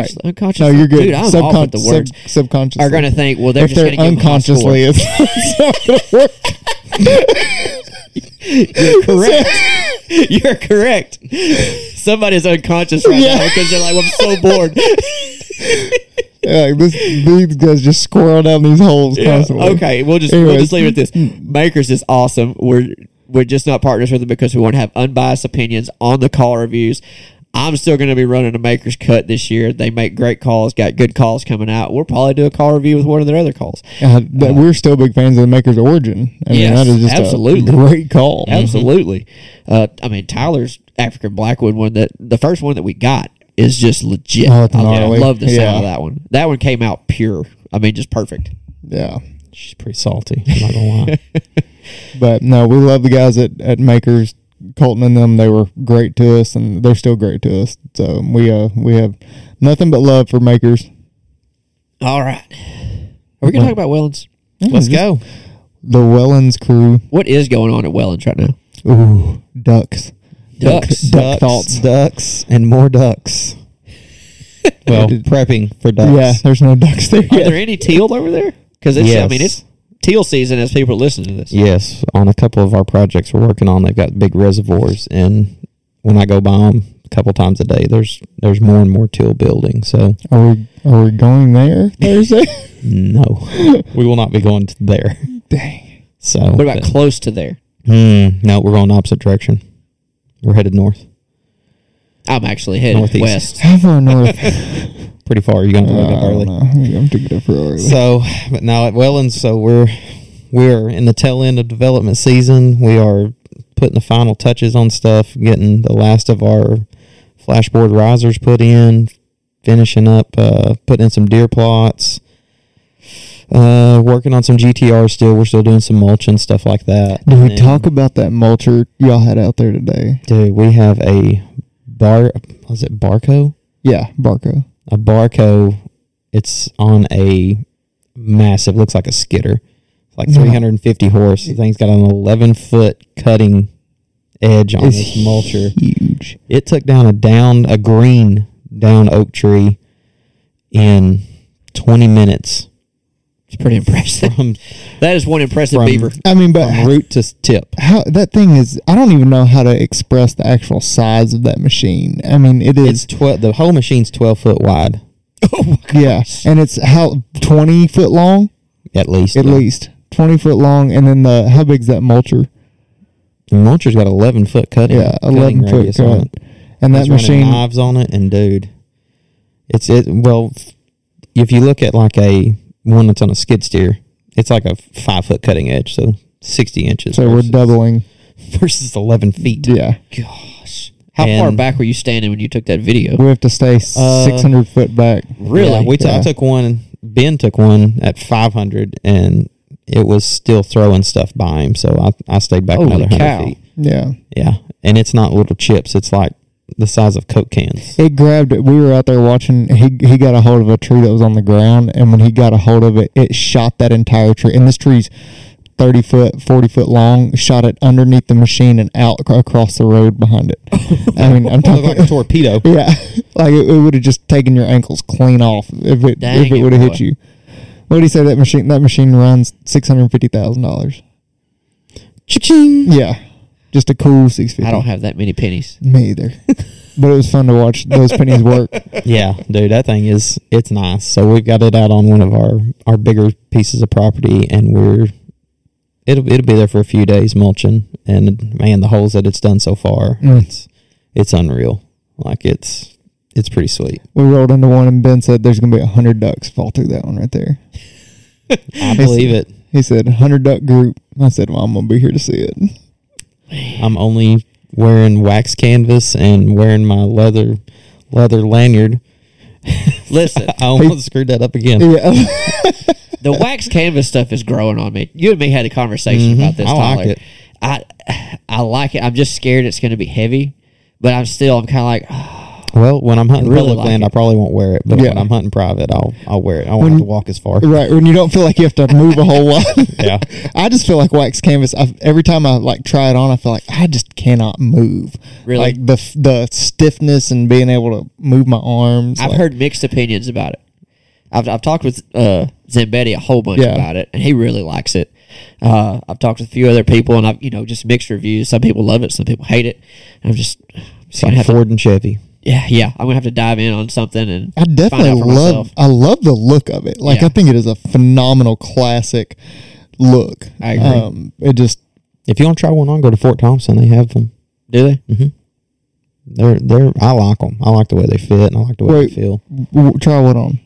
[SPEAKER 2] subconsciously,
[SPEAKER 1] No,
[SPEAKER 2] unconsciously.
[SPEAKER 1] you're good.
[SPEAKER 2] Dude, I'm off with the words.
[SPEAKER 1] sub- subconsciously
[SPEAKER 2] are going to think, well, they're
[SPEAKER 1] if
[SPEAKER 2] just
[SPEAKER 1] they're
[SPEAKER 2] going to give
[SPEAKER 1] unconsciously,
[SPEAKER 2] unconsciously.
[SPEAKER 1] it's, it's not gonna work.
[SPEAKER 2] You're correct. Somebody's unconscious right
[SPEAKER 1] Yeah.
[SPEAKER 2] now because they're like, well, I'm so bored.
[SPEAKER 1] Yeah, like this, these guys just squirrel down these holes constantly.
[SPEAKER 2] okay, we'll just we'll
[SPEAKER 1] Anyways.
[SPEAKER 2] just leave it at this.
[SPEAKER 1] Mm.
[SPEAKER 2] Makers is awesome. We're we're just not partners with them because we want to have unbiased opinions on the call reviews. I'm still going to be running a Makers Cut this year. They make great calls, got good calls coming out. We'll probably do a call review with one of their other calls.
[SPEAKER 1] Uh, but we're still big fans of the Maker's Origin. I mean,
[SPEAKER 2] Yes,
[SPEAKER 1] that is just
[SPEAKER 2] absolutely.
[SPEAKER 1] a great call. Mm-hmm.
[SPEAKER 2] Absolutely. Uh, I mean, Tyler's African Blackwood one that the first one that we got is just legit.
[SPEAKER 1] Oh, it's
[SPEAKER 2] I, I
[SPEAKER 1] gnarly.
[SPEAKER 2] love the sound
[SPEAKER 1] Yeah.
[SPEAKER 2] of that one. That one came out pure. I mean, just perfect.
[SPEAKER 1] Yeah.
[SPEAKER 3] She's pretty salty. I'm not gonna lie.
[SPEAKER 1] But no, we love the guys at, at Makers. Colton and them, they were great to us, and they're still great to us. So we uh we have nothing but love for Makers.
[SPEAKER 2] All right. Are we going to talk about Wellens?
[SPEAKER 3] Let's go.
[SPEAKER 1] The Wellens crew.
[SPEAKER 2] What is going on at Wellens right now?
[SPEAKER 1] Ooh, ducks.
[SPEAKER 2] Ducks.
[SPEAKER 1] Duck thoughts.
[SPEAKER 3] ducks, and more ducks. well, prepping for ducks.
[SPEAKER 1] Yeah, there's no ducks there.
[SPEAKER 2] Are
[SPEAKER 1] yet.
[SPEAKER 2] there any teal over there? Because it's, I
[SPEAKER 3] Yes.
[SPEAKER 2] mean, it's teal season as people are listening to this.
[SPEAKER 3] Yes, on a couple of our projects we're working on, they've got big reservoirs, and when I go by them a couple times a day, there's there's more and more teal building. So
[SPEAKER 1] Are we are we going there Thursday?
[SPEAKER 3] no, we will not be going to there.
[SPEAKER 1] Dang.
[SPEAKER 3] So
[SPEAKER 2] What about close to there?
[SPEAKER 3] Mm, no, we're going opposite direction. We're headed north,
[SPEAKER 2] I'm actually headed
[SPEAKER 3] Northeast.
[SPEAKER 2] west.
[SPEAKER 1] How far north?
[SPEAKER 3] pretty far. You're going to
[SPEAKER 1] Uh,
[SPEAKER 3] load
[SPEAKER 1] I
[SPEAKER 3] up
[SPEAKER 1] don't
[SPEAKER 3] early.
[SPEAKER 1] know. Yeah, I'm thinking of Ferrari.
[SPEAKER 3] So, but now at Wellens, so we're we're in the tail end of development season. We are putting the final touches on stuff, getting the last of our flashboard risers put in, finishing up, uh, putting in some deer plots. Uh, working on some GTR still. We're still doing some mulch and stuff like that.
[SPEAKER 1] Do we
[SPEAKER 3] And-
[SPEAKER 1] talk about that mulcher y'all had out there today?
[SPEAKER 3] Dude, we have a bar. Was it Barco?
[SPEAKER 1] Yeah, Barco.
[SPEAKER 3] A Barco. It's on a massive. Looks like a skidder. It's like
[SPEAKER 1] Yeah.
[SPEAKER 3] 350 horse. The thing's got an 11 foot cutting edge on
[SPEAKER 1] It's
[SPEAKER 3] this mulcher.
[SPEAKER 1] Huge.
[SPEAKER 3] It took down a down a green down oak tree in 20 minutes
[SPEAKER 2] It's pretty impressive.
[SPEAKER 3] from
[SPEAKER 2] That is one impressive
[SPEAKER 3] From-
[SPEAKER 2] beaver.
[SPEAKER 1] I mean, but
[SPEAKER 3] from root to tip.
[SPEAKER 1] how that thing is I don't even know how to express the actual size of that machine. I mean, it
[SPEAKER 3] It's
[SPEAKER 1] is
[SPEAKER 3] 12. The whole machine's 12 foot wide
[SPEAKER 2] Oh
[SPEAKER 1] yeah, and it's how 20 foot long
[SPEAKER 3] at least.
[SPEAKER 1] at least. 20 foot long and then the how big's that mulcher?
[SPEAKER 3] The mulcher's got 11 foot cutting.
[SPEAKER 1] Yeah,
[SPEAKER 3] cutting
[SPEAKER 1] 11 foot
[SPEAKER 3] radius on it.
[SPEAKER 1] cut. And that
[SPEAKER 3] It's running
[SPEAKER 1] machine
[SPEAKER 3] knives on it, and dude, it's it. Well, f- if you look at like a one that's on a skid steer, it's like a five foot cutting edge, so sixty inches.
[SPEAKER 1] so we're
[SPEAKER 3] versus-
[SPEAKER 1] doubling.
[SPEAKER 3] versus eleven feet.
[SPEAKER 1] Yeah.
[SPEAKER 2] Gosh. How far
[SPEAKER 3] And-
[SPEAKER 2] back were you standing when you took that video?
[SPEAKER 1] We have to stay
[SPEAKER 3] Uh,
[SPEAKER 1] 600 foot back.
[SPEAKER 2] Really?
[SPEAKER 3] Yeah, we t- I
[SPEAKER 1] Yeah.
[SPEAKER 3] took one. Ben took one at five hundred, and it was still throwing stuff by him. So I I stayed back
[SPEAKER 2] Holy
[SPEAKER 3] another
[SPEAKER 2] cow.
[SPEAKER 3] hundred feet.
[SPEAKER 1] Yeah.
[SPEAKER 3] Yeah, and it's not little chips. It's like the size of coke cans.
[SPEAKER 1] It grabbed it. We were out there watching. He he got a hold of a tree that was on the ground, and when he got a hold of it, it shot that entire tree. And this tree's thirty foot, forty foot long. Shot it underneath the machine and out ac- across the road behind it. I mean, I'm
[SPEAKER 3] It looked
[SPEAKER 1] talking.
[SPEAKER 3] like a torpedo.
[SPEAKER 1] yeah, like it, it would have just taken your ankles clean off if it
[SPEAKER 2] Dang
[SPEAKER 1] if it
[SPEAKER 2] it,
[SPEAKER 1] would have
[SPEAKER 2] boy.
[SPEAKER 1] hit you. What do you say that machine? That machine runs six hundred fifty thousand dollars.
[SPEAKER 3] Cha-ching.
[SPEAKER 1] Yeah, just a cool six fifty.
[SPEAKER 2] I don't have that many pennies.
[SPEAKER 1] me either. But it was fun to watch those pennies work.
[SPEAKER 3] Yeah, dude, that thing is it's nice. So we've got it out on one of our our bigger pieces of property, and we're it'll it'll be there for a few days mulching. And man, the holes that it's done so far,
[SPEAKER 1] Mm.
[SPEAKER 3] it's it's unreal. Like it's it's pretty sweet.
[SPEAKER 1] We rolled into one, and Ben said, "There's gonna be a hundred ducks fall through that one right there."
[SPEAKER 3] I believe it.
[SPEAKER 1] He said, hundred duck group." I said, "Well, I'm gonna be here to see it."
[SPEAKER 3] I'm only wearing wax canvas and wearing my leather leather lanyard.
[SPEAKER 2] Listen,
[SPEAKER 3] I almost screwed that up again.
[SPEAKER 1] Yeah,
[SPEAKER 2] the wax canvas stuff is growing on me. You and me had a conversation
[SPEAKER 3] Mhm.
[SPEAKER 2] about this.
[SPEAKER 3] I like
[SPEAKER 2] Tyler.
[SPEAKER 3] it.
[SPEAKER 2] I I like it. I'm just scared it's going to be heavy, but I'm still I'm kind of like "Ah,
[SPEAKER 3] Well, when I'm hunting
[SPEAKER 2] I really
[SPEAKER 3] public
[SPEAKER 2] like
[SPEAKER 3] land,
[SPEAKER 2] it.
[SPEAKER 3] I probably won't wear it. But
[SPEAKER 1] Yeah.
[SPEAKER 3] when I'm hunting private, I'll I'll wear it. I won't have to walk as far.
[SPEAKER 1] right. When you don't feel like you have to move a whole lot,
[SPEAKER 3] Yeah.
[SPEAKER 1] I just feel like wax canvas. i every time I like try it on, I feel like I just cannot move.
[SPEAKER 2] Really?
[SPEAKER 1] like the f- the stiffness and being able to move my arms.
[SPEAKER 2] I've
[SPEAKER 1] like-
[SPEAKER 2] heard mixed opinions about it. I've, I've talked with uh, Zambetti a whole bunch
[SPEAKER 1] Yeah.
[SPEAKER 2] about it, and he really likes it. Uh, I've talked with a few other people, and I've you know just mixed reviews. Some people love it, some people hate it. I'm just, I'm just
[SPEAKER 3] It's
[SPEAKER 2] gonna
[SPEAKER 3] like
[SPEAKER 2] have to,
[SPEAKER 3] Ford and Chevy.
[SPEAKER 2] yeah, yeah. I'm gonna have to dive in on something, and
[SPEAKER 1] I definitely
[SPEAKER 2] find out for
[SPEAKER 1] love.
[SPEAKER 2] myself.
[SPEAKER 1] I love the look of it. Like
[SPEAKER 2] Yeah.
[SPEAKER 1] I think it is a phenomenal classic look.
[SPEAKER 2] I agree.
[SPEAKER 1] Um, it just
[SPEAKER 3] If you want to try one on, go to Fort Thompson. They have them. Mm-hmm.
[SPEAKER 2] do they?
[SPEAKER 3] They're they're. I like them. I like the way they fit, and I like the way
[SPEAKER 1] Wait.
[SPEAKER 3] they feel.
[SPEAKER 1] w- try what on.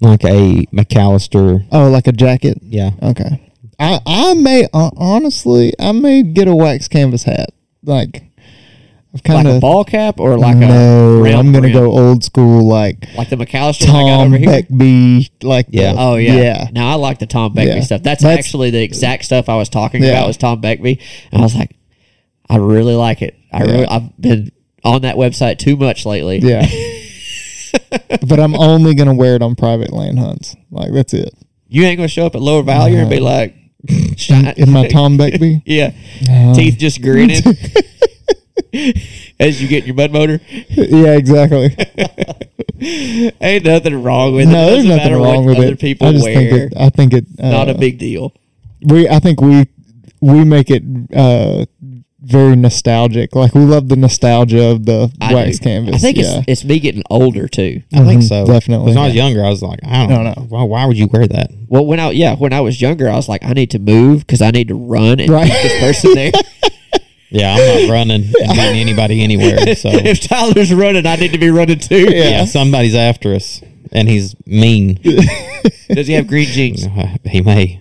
[SPEAKER 3] Like a McAllister.
[SPEAKER 1] Oh, like a jacket.
[SPEAKER 3] Yeah,
[SPEAKER 1] Okay. I I may uh, honestly I may get a wax canvas hat. Like I've
[SPEAKER 2] Like
[SPEAKER 1] kind
[SPEAKER 2] a
[SPEAKER 1] of
[SPEAKER 2] ball cap or like a
[SPEAKER 1] no. i
[SPEAKER 2] round
[SPEAKER 1] I'm gonna
[SPEAKER 2] brim?
[SPEAKER 1] go old school, like
[SPEAKER 2] like the McAllister I got
[SPEAKER 1] Tom
[SPEAKER 2] over here.
[SPEAKER 1] Beckby. Like the-
[SPEAKER 3] Yeah.
[SPEAKER 2] Oh yeah.
[SPEAKER 1] yeah.
[SPEAKER 2] Now I like the Tom Beckby
[SPEAKER 1] Yeah.
[SPEAKER 2] stuff. That's,
[SPEAKER 1] That's-
[SPEAKER 2] actually the exact stuff I was talking
[SPEAKER 1] Yeah.
[SPEAKER 2] about was Tom Beckby. And I was like, I really like it. I really, I've been on that website too much lately.
[SPEAKER 1] Yeah. but I'm only gonna wear it on private land hunts. Like that's it.
[SPEAKER 2] You ain't gonna show up at Lower Value and be like,
[SPEAKER 1] Uh-huh. In my Tom Uh-huh. Beckby.
[SPEAKER 2] yeah,
[SPEAKER 1] Um,
[SPEAKER 2] teeth just grinning as you get in your mud motor.
[SPEAKER 1] yeah, exactly.
[SPEAKER 2] Ain't nothing wrong with it.
[SPEAKER 1] No, there's
[SPEAKER 2] Doesn't
[SPEAKER 1] nothing
[SPEAKER 2] matter
[SPEAKER 1] wrong
[SPEAKER 2] what
[SPEAKER 1] with
[SPEAKER 2] other
[SPEAKER 1] it.
[SPEAKER 2] people
[SPEAKER 1] I just
[SPEAKER 2] wear.
[SPEAKER 1] think it. I think it. Uh,
[SPEAKER 2] Not a big deal.
[SPEAKER 1] we I think we we make it uh very nostalgic. Like we love the nostalgia of the
[SPEAKER 2] I
[SPEAKER 1] wax
[SPEAKER 2] do.
[SPEAKER 1] canvas.
[SPEAKER 2] I think
[SPEAKER 1] yeah.
[SPEAKER 2] it's, it's me getting older too.
[SPEAKER 3] I think
[SPEAKER 1] Mhm,
[SPEAKER 3] so.
[SPEAKER 1] definitely.
[SPEAKER 3] Mm-hmm. When I was younger, I was like, I don't
[SPEAKER 1] No,
[SPEAKER 3] know. Why, why would you wear that?
[SPEAKER 2] Well, when I yeah, when I was younger, I was like, I need to move because I need to run and
[SPEAKER 1] Right.
[SPEAKER 2] beat this person there.
[SPEAKER 3] Yeah, I'm not running and beating anybody anywhere. So
[SPEAKER 2] if Tyler's running, I need to be running too.
[SPEAKER 3] yeah. somebody's after us, and he's mean.
[SPEAKER 2] Does he have green jeans?
[SPEAKER 3] he may.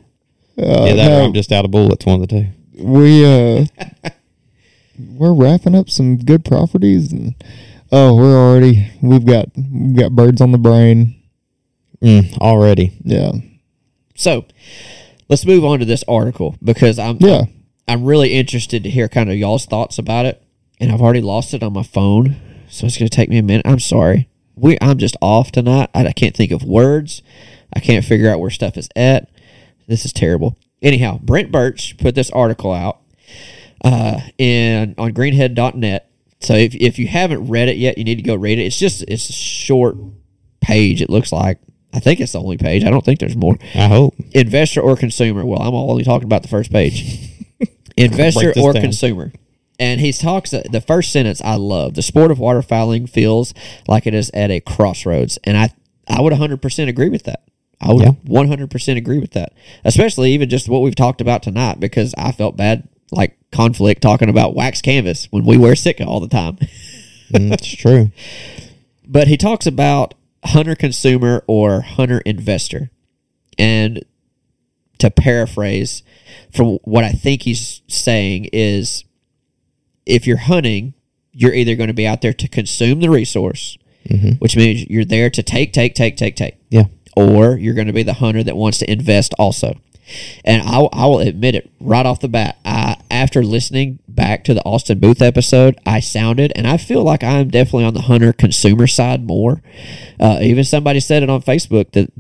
[SPEAKER 3] yeah, that or I'm just out of bullets. One of the two.
[SPEAKER 1] Uh, we uh we're wrapping up some good properties and oh we're already we've got we've got birds on the brain
[SPEAKER 3] Mm, already,
[SPEAKER 1] yeah
[SPEAKER 2] So let's move on to this article because I'm
[SPEAKER 1] yeah
[SPEAKER 2] I'm really interested to hear kind of y'all's thoughts about it. And I've already lost it on my phone, so it's going to take me a minute. I'm sorry. We I'm just off tonight. I, I can't think of words. I can't figure out where stuff is at. This is terrible. Anyhow, Brent Birch put this article out uh, in on greenhead.net. So if, if you haven't read it yet, you need to go read it. It's just it's a short page. It looks like I think it's the only page. I don't think there's more
[SPEAKER 3] I hope.
[SPEAKER 2] investor or consumer. Well, I'm only talking about the first page. investor
[SPEAKER 3] Break this
[SPEAKER 2] or
[SPEAKER 3] down.
[SPEAKER 2] consumer. And he talks uh, the first sentence I love. The sport of waterfowling feels like it is at a crossroads, and I I would 100% agree with that. I would
[SPEAKER 3] Yeah.
[SPEAKER 2] 100% agree with that. Especially even just what we've talked about tonight because I felt bad like conflict talking about wax canvas when we wear sitka all the time.
[SPEAKER 3] Mm, it's true.
[SPEAKER 2] but he talks about hunter consumer or hunter investor and to paraphrase from what i think he's saying is if you're hunting you're either going to be out there to consume the resource which means you're there to take take take take take
[SPEAKER 3] Yeah.
[SPEAKER 2] or you're going to be the hunter that wants to invest also. And I, I will admit it right off the bat. I, after listening back to the Austin Booth episode, I sounded, and I feel like I'm definitely on the hunter consumer side more. Uh, even somebody said it on Facebook that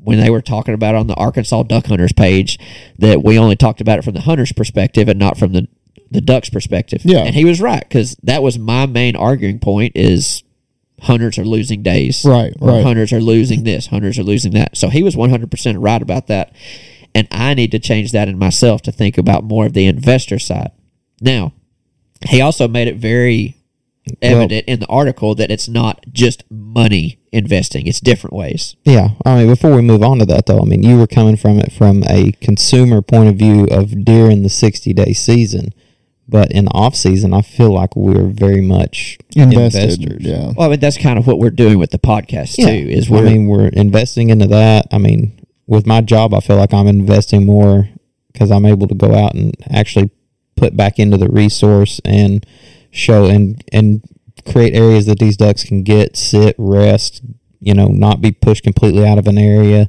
[SPEAKER 2] when they were talking about it on the Arkansas Duck Hunters page, that we only talked about it from the hunter's perspective and not from the, the duck's perspective.
[SPEAKER 1] Yeah.
[SPEAKER 2] And he was right because that was my main arguing point is hunters are losing days
[SPEAKER 1] Right,
[SPEAKER 2] or
[SPEAKER 1] right.
[SPEAKER 2] hunters are losing this, hunters are losing that. So he was 100% right about that. And I need to change that in myself to think about more of the investor side. Now, he also made it very evident in the article that it's not just money investing, it's different ways.
[SPEAKER 3] Yeah, I mean, before we move on to that, though, I mean, you were coming from it from a consumer point of view of during the sixty-day season, but in the off-season, I feel like we're very much
[SPEAKER 1] invested
[SPEAKER 3] investors.
[SPEAKER 1] yeah
[SPEAKER 2] Well, I mean, that's kind of what we're doing with the podcast,
[SPEAKER 3] Yeah.
[SPEAKER 2] too, is
[SPEAKER 3] I
[SPEAKER 2] we're.
[SPEAKER 3] mean, we're investing into that. I mean, with my job, I feel like I'm investing more because I'm able to go out and actually put back into the resource and show and and create areas that these ducks can get, sit, rest. You know, not be pushed completely out of an area.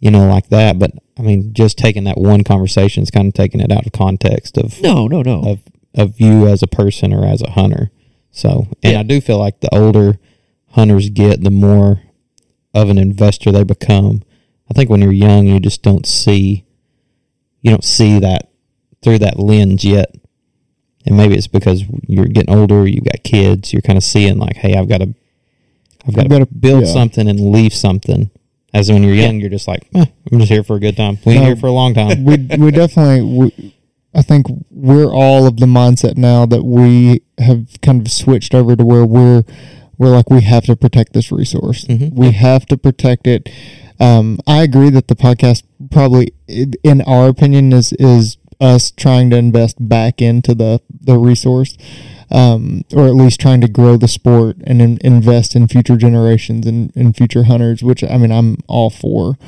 [SPEAKER 3] You know, like that. But I mean, just taking that one conversation is kind of taking it out of context of
[SPEAKER 2] no, no,
[SPEAKER 1] Oh.
[SPEAKER 2] no.
[SPEAKER 1] uh,
[SPEAKER 3] of of you as a person or as a hunter. So, and
[SPEAKER 2] Yeah.
[SPEAKER 3] I do feel like the older hunters get, the more of an investor they become. I think when you're young, you just don't see you don't see that through that lens yet. And maybe it's because you're getting older, you've got kids, you're kind of seeing like, hey, I've got to I've got to
[SPEAKER 1] gotta-
[SPEAKER 3] build
[SPEAKER 1] yeah.
[SPEAKER 3] something and leave something. As when you're young, you're just like, eh, I'm just here for a good time. We ain't
[SPEAKER 1] No.
[SPEAKER 3] here for a long time.
[SPEAKER 1] we we definitely we, I think we're all of the mindset now that we have kind of switched over to where we're we're like we have to protect this resource. We have to protect it. Um, I agree that the podcast probably, i- in our opinion, is is us trying to invest back into the the resource, um, or at least trying to grow the sport and in, invest in future generations and, and future hunters. Which I mean, I'm all for.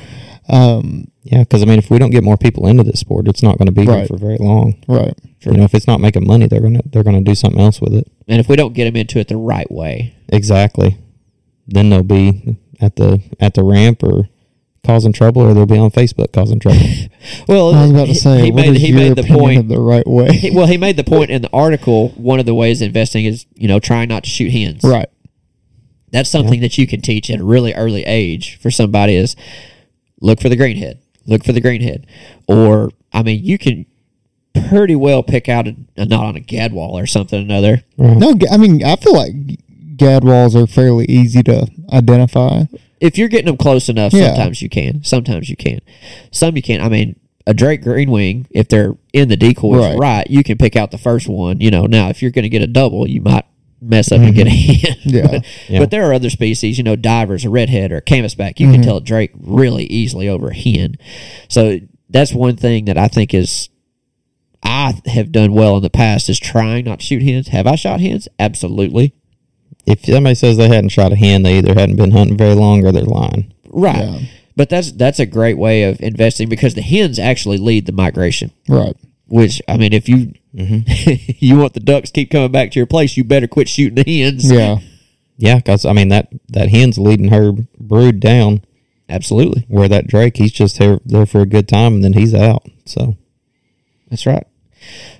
[SPEAKER 1] Um,
[SPEAKER 3] Yeah, because I mean, if we don't get more people into this sport, it's not going to be here
[SPEAKER 1] Right.
[SPEAKER 3] for very long.
[SPEAKER 1] right.
[SPEAKER 3] You know, if it's not making money, they're gonna they're gonna do something else with it.
[SPEAKER 2] and if we don't get them into it the right way,
[SPEAKER 3] Exactly. Then they'll be at the at the ramp or causing trouble, or they'll be on Facebook causing trouble.
[SPEAKER 2] well,
[SPEAKER 1] I was about to say,
[SPEAKER 2] he
[SPEAKER 1] what
[SPEAKER 2] made,
[SPEAKER 1] is
[SPEAKER 2] he
[SPEAKER 1] your
[SPEAKER 2] made the
[SPEAKER 1] opinion
[SPEAKER 2] point
[SPEAKER 1] of the right
[SPEAKER 2] he,
[SPEAKER 1] way?
[SPEAKER 2] well, he made the point in the article. One of the ways investing is, you know, trying not to shoot hens.
[SPEAKER 1] right.
[SPEAKER 2] That's something that you can teach at a really early age for somebody is look for the greenhead, look for the greenhead, or I mean, you can pretty well pick out a, a knot on a gadwall or something or another.
[SPEAKER 1] No, g- I mean, I feel like gadwalls are fairly easy to identify.
[SPEAKER 2] If you're getting them close enough,
[SPEAKER 1] Yeah.
[SPEAKER 2] sometimes you can, sometimes you can, some you can't. I mean,
[SPEAKER 4] a Drake Greenwing, if they're in the decoys
[SPEAKER 5] Right.
[SPEAKER 4] right. you can pick out the first one. You know, now if you're going to get a double, you might mess up and get a hen.
[SPEAKER 5] Mm-hmm. Yeah.
[SPEAKER 4] but,
[SPEAKER 3] Yeah.
[SPEAKER 4] but there are other species. You know, divers, a redhead, or a canvasback. You
[SPEAKER 5] Mm-hmm.
[SPEAKER 4] can tell a Drake really easily over a hen. So that's one thing that I think is. I have done well in the past is trying not to shoot hens. Have I shot hens? Absolutely.
[SPEAKER 3] If somebody says they hadn't shot a hen, they either hadn't been hunting very long or they're lying.
[SPEAKER 4] Right. But that's that's a great way of investing because the hens actually lead the migration.
[SPEAKER 5] Right.
[SPEAKER 4] Which I mean, if you
[SPEAKER 2] Mm-hmm.
[SPEAKER 4] you want the ducks to keep coming back to your place, you better quit shooting the hens.
[SPEAKER 5] Yeah.
[SPEAKER 3] Yeah, because I mean that that hen's leading her brood down
[SPEAKER 4] absolutely.
[SPEAKER 3] where that Drake he's just there, there for a good time and then he's out. So
[SPEAKER 4] That's right.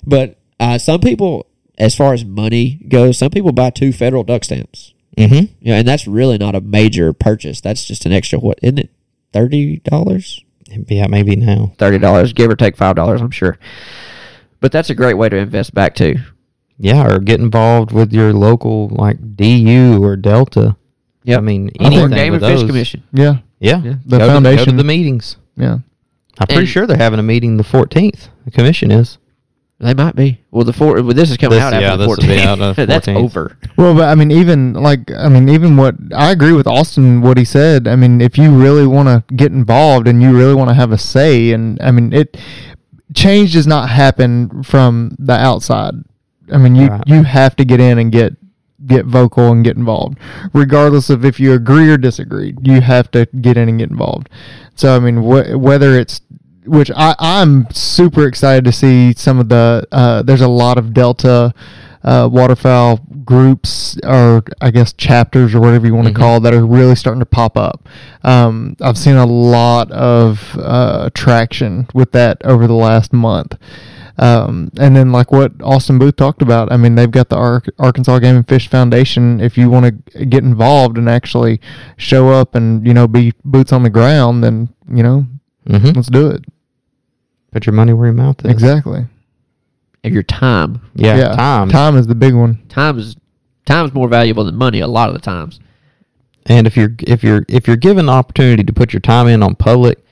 [SPEAKER 4] But uh, some people, as far as money goes, some people buy two federal duck stamps.
[SPEAKER 3] mm-hmm.
[SPEAKER 4] Yeah, and that's really not a major purchase. That's just an extra what isn't it? Thirty dollars.
[SPEAKER 3] yeah, maybe now.
[SPEAKER 2] thirty dollars, give or take five dollars, I'm sure. But that's a great way to invest back too.
[SPEAKER 3] Yeah, or get involved with your local like DU or Delta.
[SPEAKER 2] Yep.
[SPEAKER 3] I mean, anything
[SPEAKER 2] Or Game
[SPEAKER 3] with
[SPEAKER 2] and Fish
[SPEAKER 3] those.
[SPEAKER 2] Commission.
[SPEAKER 1] Yeah. The
[SPEAKER 3] Yeah, Go to- go to
[SPEAKER 1] foundation.
[SPEAKER 3] the meetings.
[SPEAKER 1] Yeah.
[SPEAKER 3] I'm pretty
[SPEAKER 2] And-
[SPEAKER 3] sure they're having a meeting the 14th. The commission is.
[SPEAKER 2] They might be. Well, the four. Well, this is coming
[SPEAKER 3] This-
[SPEAKER 2] out after
[SPEAKER 3] yeah,
[SPEAKER 2] the
[SPEAKER 3] this will be
[SPEAKER 2] fourteenth.
[SPEAKER 3] out on the
[SPEAKER 2] that's
[SPEAKER 3] 14th.
[SPEAKER 2] over.
[SPEAKER 1] Well, but I mean, even like, I mean, even what I agree with Austin, what he said. I mean, if you really want to get involved and you really want to have a say, and I mean, it change does not happen from the outside. I mean, you
[SPEAKER 3] Right.
[SPEAKER 1] you have to get in and get get vocal and get involved, regardless of if you agree or disagree. You have to get in and get involved. So, I mean, wh- whether it's which I, I'm super excited to see some of the. Uh, there's a lot of Delta uh, waterfowl groups, or I guess chapters, or whatever you want to call, it, that are really starting to pop up. Um, I've seen a lot of uh, traction with that over the last month. Um, and then, like what Austin Booth talked about, I mean, they've got the Ar- Arkansas Game and Fish Foundation. If you want to get involved and actually show up and you know be boots on the ground, then you know
[SPEAKER 3] Mm-hmm.
[SPEAKER 1] let's do it.
[SPEAKER 3] Put your money where your mouth is.
[SPEAKER 1] Exactly.
[SPEAKER 2] And your time.
[SPEAKER 3] Yeah, time.
[SPEAKER 1] Time is the big one.
[SPEAKER 2] Time is time's more valuable than money a lot of the times.
[SPEAKER 3] And if you're if you're if you're given the opportunity to put your time in on public,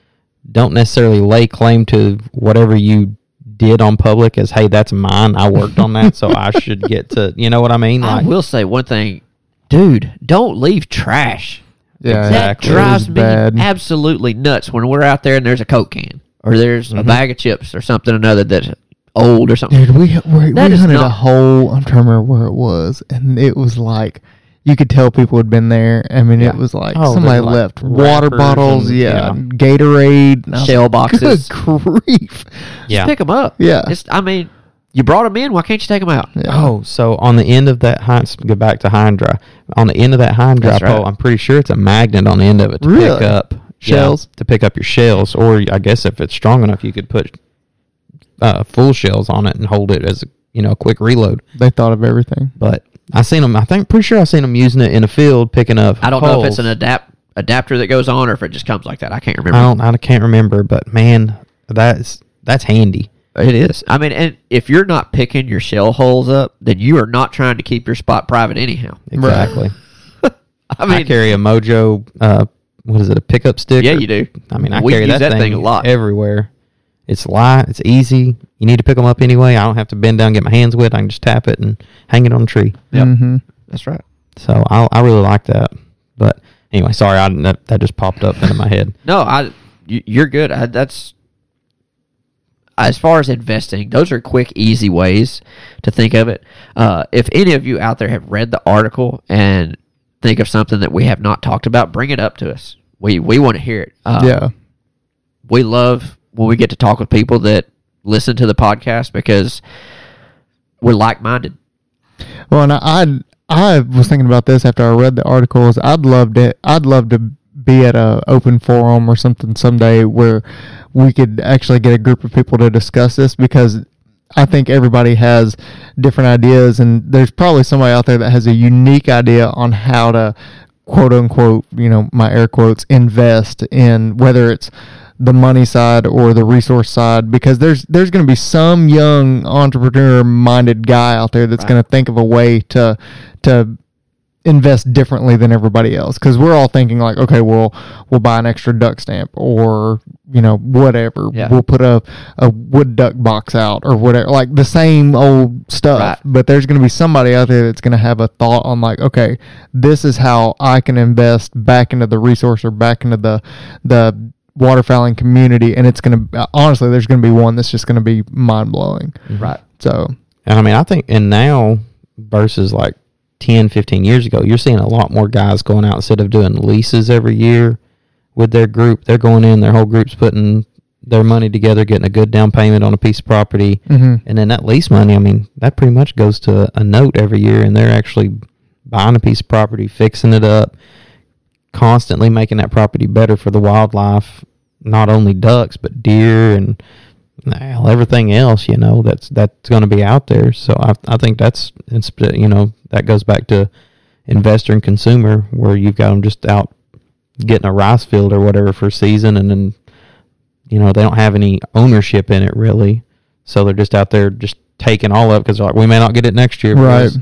[SPEAKER 3] don't necessarily lay claim to whatever you did on public as hey that's mine. I worked on that, so I should get to. You know what I mean?
[SPEAKER 2] I will say one thing, dude. Don't leave trash.
[SPEAKER 1] Yeah,
[SPEAKER 3] Exactly.
[SPEAKER 2] That drives
[SPEAKER 1] It is
[SPEAKER 2] me
[SPEAKER 1] bad.
[SPEAKER 2] absolutely nuts when we're out there and there's a coke can or there's
[SPEAKER 3] Mm-hmm.
[SPEAKER 2] a bag of chips or something or another that's old or something.
[SPEAKER 1] Dude, we we,
[SPEAKER 2] That
[SPEAKER 1] we
[SPEAKER 2] is
[SPEAKER 1] hunted a
[SPEAKER 2] not-
[SPEAKER 1] whole. I'm trying to remember where it was, and it was like you could tell people had been there. I mean, it was like
[SPEAKER 3] Oh,
[SPEAKER 1] somebody
[SPEAKER 3] there's, like,
[SPEAKER 1] left water
[SPEAKER 3] wrappers
[SPEAKER 1] bottles,
[SPEAKER 3] and-
[SPEAKER 1] yeah,
[SPEAKER 3] yeah.
[SPEAKER 1] Gatorade, and I was
[SPEAKER 2] Shell
[SPEAKER 1] like,
[SPEAKER 2] boxes.
[SPEAKER 1] Good grief!
[SPEAKER 3] Yeah.
[SPEAKER 2] Pick them up.
[SPEAKER 1] Yeah.
[SPEAKER 2] It's, I mean, you brought them in. Why can't you take them out?
[SPEAKER 3] Oh, so on the end of that high, go back to high and dry. On the end of that high and dry
[SPEAKER 2] That's right.
[SPEAKER 3] pole, I'm pretty sure it's a magnet on the end of it to pick
[SPEAKER 1] Really?
[SPEAKER 3] up
[SPEAKER 1] Shells?
[SPEAKER 3] yeah, to pick up your shells, or I guess if it's strong enough, you could put uh, full shells on it and hold it as you know a quick reload.
[SPEAKER 1] They thought of everything.
[SPEAKER 3] But I seen them. I think pretty sure I seen them using it in a field picking up.
[SPEAKER 2] I don't know if it's an
[SPEAKER 3] holes.
[SPEAKER 2] adapt adapter that goes on or if it just comes like that. I can't remember.
[SPEAKER 3] I don't. I can't remember, but man, that's that's handy.
[SPEAKER 2] It is. I mean, and if you're not picking your shell holes up, then you are not trying to keep your spot private anyhow.
[SPEAKER 3] Exactly.
[SPEAKER 2] I
[SPEAKER 3] I,
[SPEAKER 2] mean,
[SPEAKER 3] carry a Mojo. Uh, what is it? A pickup stick?
[SPEAKER 2] yeah,
[SPEAKER 3] or-
[SPEAKER 2] you do.
[SPEAKER 3] I mean, I
[SPEAKER 2] We
[SPEAKER 3] carry
[SPEAKER 2] use that
[SPEAKER 3] that, thing,
[SPEAKER 2] thing a lot.
[SPEAKER 3] everywhere. It's light. It's easy. You need to pick them up anyway. I don't have to bend down, and get my hands wet. I can just tap it and hang it on a tree.
[SPEAKER 2] Yep.
[SPEAKER 1] Mm-hmm.
[SPEAKER 2] That's right.
[SPEAKER 3] So I, I really like that. But anyway, sorry, I didn't- that, that just popped up into my head.
[SPEAKER 2] No, I. you- You're good. I, that's as far as investing. Those are quick, easy ways to think of it. Uh, if any of you out there have read the article and think of something that we have not talked about, bring it up to us. We we want to hear it. Uh,
[SPEAKER 1] yeah,
[SPEAKER 2] we love when we get to talk with people that listen to the podcast because we're like minded.
[SPEAKER 1] Well, and I, I I was thinking about this after I read the articles. I'd love to I'd love to be at a open forum or something someday where we could actually get a group of people to discuss this because I think everybody has different ideas and there's probably somebody out there that has a unique idea on how to quote unquote, you know, my air quotes, invest in whether it's the money side or the resource side because there's there's going to be some young entrepreneur minded guy out there that's going to think of a way to to invest differently than everybody else because we're all thinking like, okay, well, we'll buy an extra duck stamp or you know whatever.
[SPEAKER 2] Yeah.
[SPEAKER 1] We'll put a a wood duck box out or whatever, like the same old stuff.
[SPEAKER 2] Right.
[SPEAKER 1] But there's going to be somebody out there that's going to have a thought on like, okay, this is how I can invest back into the resource or back into the the waterfowling community, and it's going to honestly, there's going to be one that's just going to be mind blowing.
[SPEAKER 2] Right.
[SPEAKER 1] So
[SPEAKER 3] And I mean, I think, and now versus like 10, 15 years ago, you're seeing a lot more guys going out instead of doing leases every year with their group. They're going in, their whole group's putting their money together, getting a good down payment on a piece of property.
[SPEAKER 1] Mhm.
[SPEAKER 3] And then that lease money, I mean, that pretty much goes to a note every year, and they're actually buying a piece of property, fixing it up, constantly making that property better for the wildlife, not only ducks but deer and well, everything else. You know that's that's going to be out there. So I I think that's it's you know that goes back to investor and consumer where you've got them just out getting a rice field or whatever for season, and then you know they don't have any ownership in it really, so they're just out there just taking all of because like we may not get it next year, but
[SPEAKER 1] Right.
[SPEAKER 3] it's-